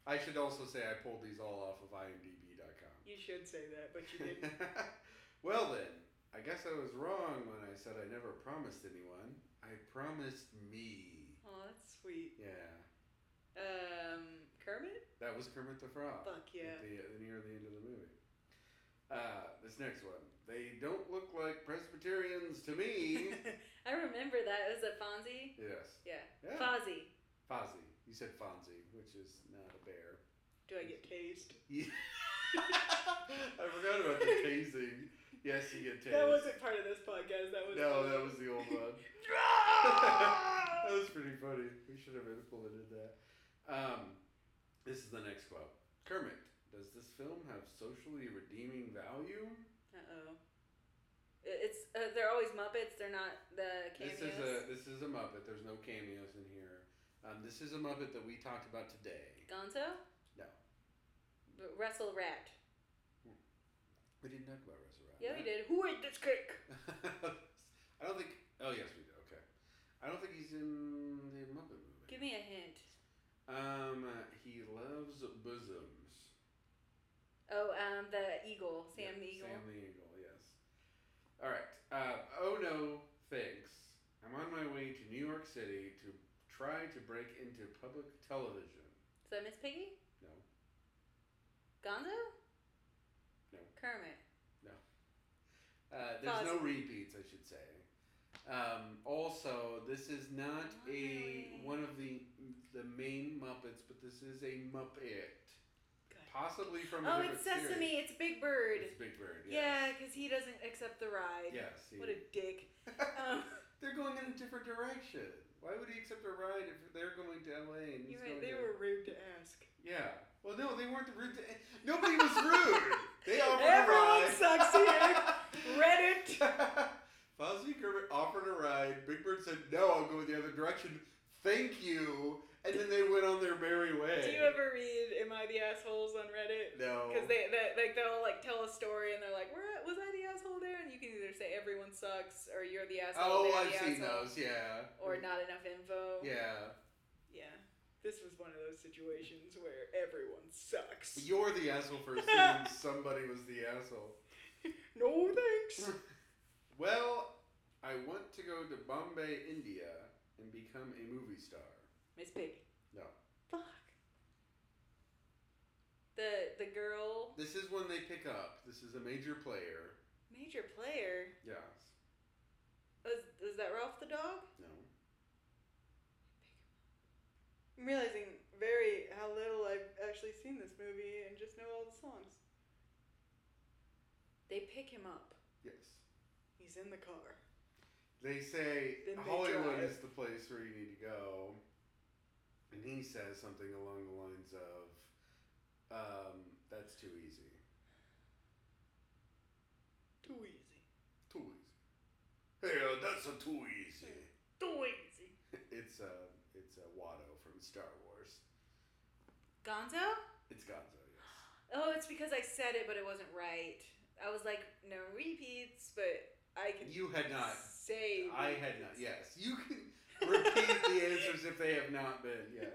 Speaker 1: I should also say I pulled these all off of IMDb.com.
Speaker 3: You should say that, but you didn't.
Speaker 1: well then, I guess I was wrong when I said I never promised anyone. I promised me.
Speaker 2: oh, that's sweet.
Speaker 1: Yeah.
Speaker 2: Um, Kermit?
Speaker 1: That was Kermit the Frog.
Speaker 2: Fuck yeah.
Speaker 1: At the, uh, near the end of the movie. Uh, this next one. They don't look like Presbyterians to me.
Speaker 2: I remember that. Was it Fonzie?
Speaker 1: yes.
Speaker 2: Yeah.
Speaker 1: Yeah.
Speaker 2: Fozzie.
Speaker 1: Fozzie. You said Fonzie, which is not a bear.
Speaker 3: Do I get tased?
Speaker 1: Yeah. I forgot about the tasing. Yes, you get tased.
Speaker 3: That wasn't part of this podcast. That was
Speaker 1: no, that was the old one.
Speaker 2: Ah!
Speaker 1: that was pretty funny. We should have implemented that. Um, this is the next quote. Kermit, does this film have socially redeeming value?
Speaker 2: Uh oh. It's uh, they're always Muppets. They're not the cameos.
Speaker 1: This is a this is a Muppet. There's no cameos in here. Um, this is a Muppet that we talked about today.
Speaker 2: Gonzo.
Speaker 1: No.
Speaker 2: R- Russell Rat.
Speaker 1: We didn't talk about Resurrect.
Speaker 2: Yeah, we did. Who ate this cake?
Speaker 1: I don't think. Oh yes, we did. Okay. I don't think he's in the Muppet movie.
Speaker 2: Give me a hint.
Speaker 1: um, he loves bosoms.
Speaker 2: Oh, um, the eagle,
Speaker 1: Yeah,
Speaker 2: Sam the eagle.
Speaker 1: Sam uh, oh break into public television.
Speaker 2: Is that Miss Piggy?
Speaker 1: No.
Speaker 2: Gonzo?
Speaker 1: No.
Speaker 2: Kermit.
Speaker 1: Uh, there's no
Speaker 2: Fuzz.
Speaker 1: repeats, I should say. Um, also, this is not a
Speaker 2: Really?
Speaker 1: one of the the main Muppets, but this is a Muppet,
Speaker 2: Good.
Speaker 1: possibly from. A
Speaker 2: Oh,
Speaker 1: different
Speaker 2: it's Sesame.
Speaker 1: series.
Speaker 2: It's Big Bird.
Speaker 1: It's Big Bird.
Speaker 2: Yeah,
Speaker 1: Yes.
Speaker 2: because he doesn't accept the ride.
Speaker 1: Yes. he-
Speaker 2: What a dick. Um,
Speaker 1: they're going in a different direction. Why would he accept a ride if they're going to L.A. and he's
Speaker 2: you're right.
Speaker 1: going
Speaker 2: They
Speaker 1: to-
Speaker 2: were rude to ask.
Speaker 1: Yeah. Well, no, they weren't rude. To, nobody was rude. They offered
Speaker 2: Everyone
Speaker 1: a ride.
Speaker 2: sucks here. Reddit.
Speaker 1: Fozzie Kermit offered a ride. Big Bird said, "No, I'll go the other direction. Thank you." And then they went on their merry way.
Speaker 2: Do you ever read "Am I the assholes" on Reddit?
Speaker 1: No.
Speaker 2: Because they, they like they'll like tell a story and they're like, "Where was I the asshole there?" And you can either say everyone sucks or you're the asshole.
Speaker 1: oh,
Speaker 2: they're
Speaker 1: I've
Speaker 2: the
Speaker 1: seen
Speaker 2: asshole,
Speaker 1: those. Yeah.
Speaker 2: Or not enough info.
Speaker 1: Yeah.
Speaker 2: Yeah.
Speaker 3: This was one of those situations where everyone sucks.
Speaker 1: You're the asshole for assuming somebody was the asshole.
Speaker 3: no thanks.
Speaker 1: Well, I want to go to Bombay, India, and become a movie star.
Speaker 2: Miss Piggy.
Speaker 1: No.
Speaker 2: Fuck. The the girl
Speaker 1: This is when they pick up. This is a major player.
Speaker 2: major player
Speaker 1: Yes.
Speaker 2: was was that Ralph the dog?
Speaker 1: No.
Speaker 2: I'm realizing very how little I've actually seen this movie and just know all the songs. They pick him up.
Speaker 1: Yes.
Speaker 3: He's in the car.
Speaker 1: They say
Speaker 3: Then they
Speaker 1: Hollywood
Speaker 3: drive.
Speaker 1: is the place where you need to go. And he says something along the lines of, um, that's too easy.
Speaker 3: Too easy.
Speaker 1: Too easy. Hey, uh, that's a too easy.
Speaker 2: Too easy.
Speaker 1: It's a it's a Watto from Star Wars.
Speaker 2: Gonzo?
Speaker 1: It's Gonzo, yes.
Speaker 2: Oh, it's because I said it but it wasn't right. I was like, no repeats, but I can
Speaker 1: You had not.
Speaker 2: say
Speaker 1: I had not. Yes, you can repeat the answers if they have not been. Yes.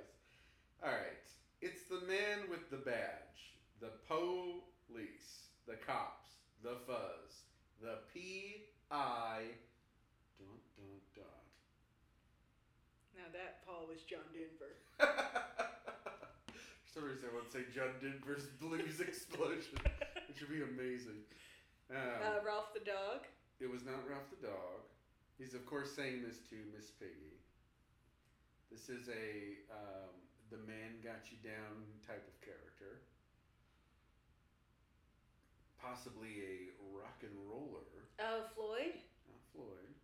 Speaker 1: All right. It's the man with the badge, the police, the cops, the fuzz, the P I. Dot dot dot.
Speaker 3: Now that Paul was John Denver.
Speaker 1: For some reason, I want to say John Denver's Blues Explosion, which would be amazing. Um,
Speaker 2: Uh, Ralph the dog.
Speaker 1: it was not Ralph the dog. He's of course saying this to Miss Piggy. This is a um, the man got you down type of character, possibly a rock and roller,
Speaker 2: Oh, Floyd.
Speaker 1: not Floyd,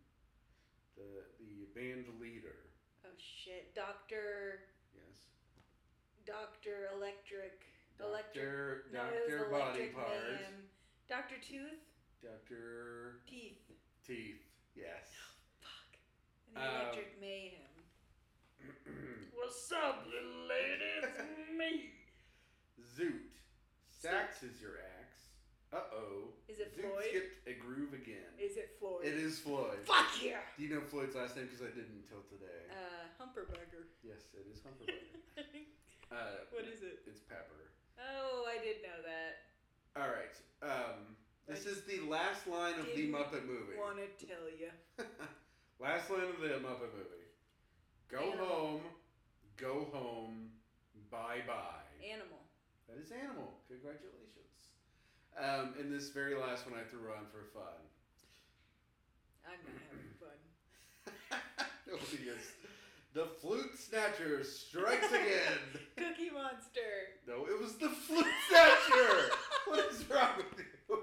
Speaker 1: the the band leader.
Speaker 2: Oh shit, Doctor,
Speaker 1: Yes.
Speaker 2: Doctor Electric, Electric.
Speaker 1: Doctor,
Speaker 2: No, it
Speaker 1: doctor,
Speaker 2: was
Speaker 1: body
Speaker 2: Electric
Speaker 1: part,
Speaker 2: Man. Doctor Tooth,
Speaker 1: doctor,
Speaker 2: Teeth.
Speaker 1: teeth. Yes.
Speaker 2: Fuck. And the
Speaker 1: Um,
Speaker 2: Electric Mayhem. What's up, little me.
Speaker 1: Zoot. Sax is your axe. Uh oh.
Speaker 2: Is it
Speaker 1: Zoot
Speaker 2: Floyd?
Speaker 1: skipped a groove again.
Speaker 3: Is it Floyd?
Speaker 1: It is Floyd.
Speaker 2: Fuck yeah.
Speaker 1: Do you know Floyd's last name? Because I didn't until today.
Speaker 2: Uh,
Speaker 3: Humperbugger.
Speaker 1: yes, it is Humperbucker. uh,
Speaker 3: What is it?
Speaker 1: It's Pepper.
Speaker 2: oh, I did know that.
Speaker 1: All right. Um, this is the last line of the
Speaker 3: Didn't
Speaker 1: Muppet movie.
Speaker 3: Want to tell you?
Speaker 1: last line of the Muppet movie. Go
Speaker 2: Animal.
Speaker 1: home. Go home. Bye bye.
Speaker 2: Animal.
Speaker 1: That is animal. Congratulations. Um, and this very last one I threw on for fun.
Speaker 3: I'm not having fun.
Speaker 1: Oh, yes. The flute snatcher strikes again.
Speaker 2: Cookie Monster.
Speaker 1: No, it was the flute snatcher. what is wrong with you?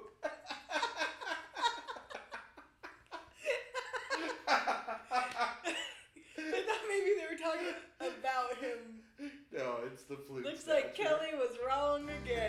Speaker 3: I thought maybe they were talking about him.
Speaker 1: no, it's the flute.
Speaker 2: Looks like
Speaker 1: snatcher.
Speaker 2: Kelly was wrong again.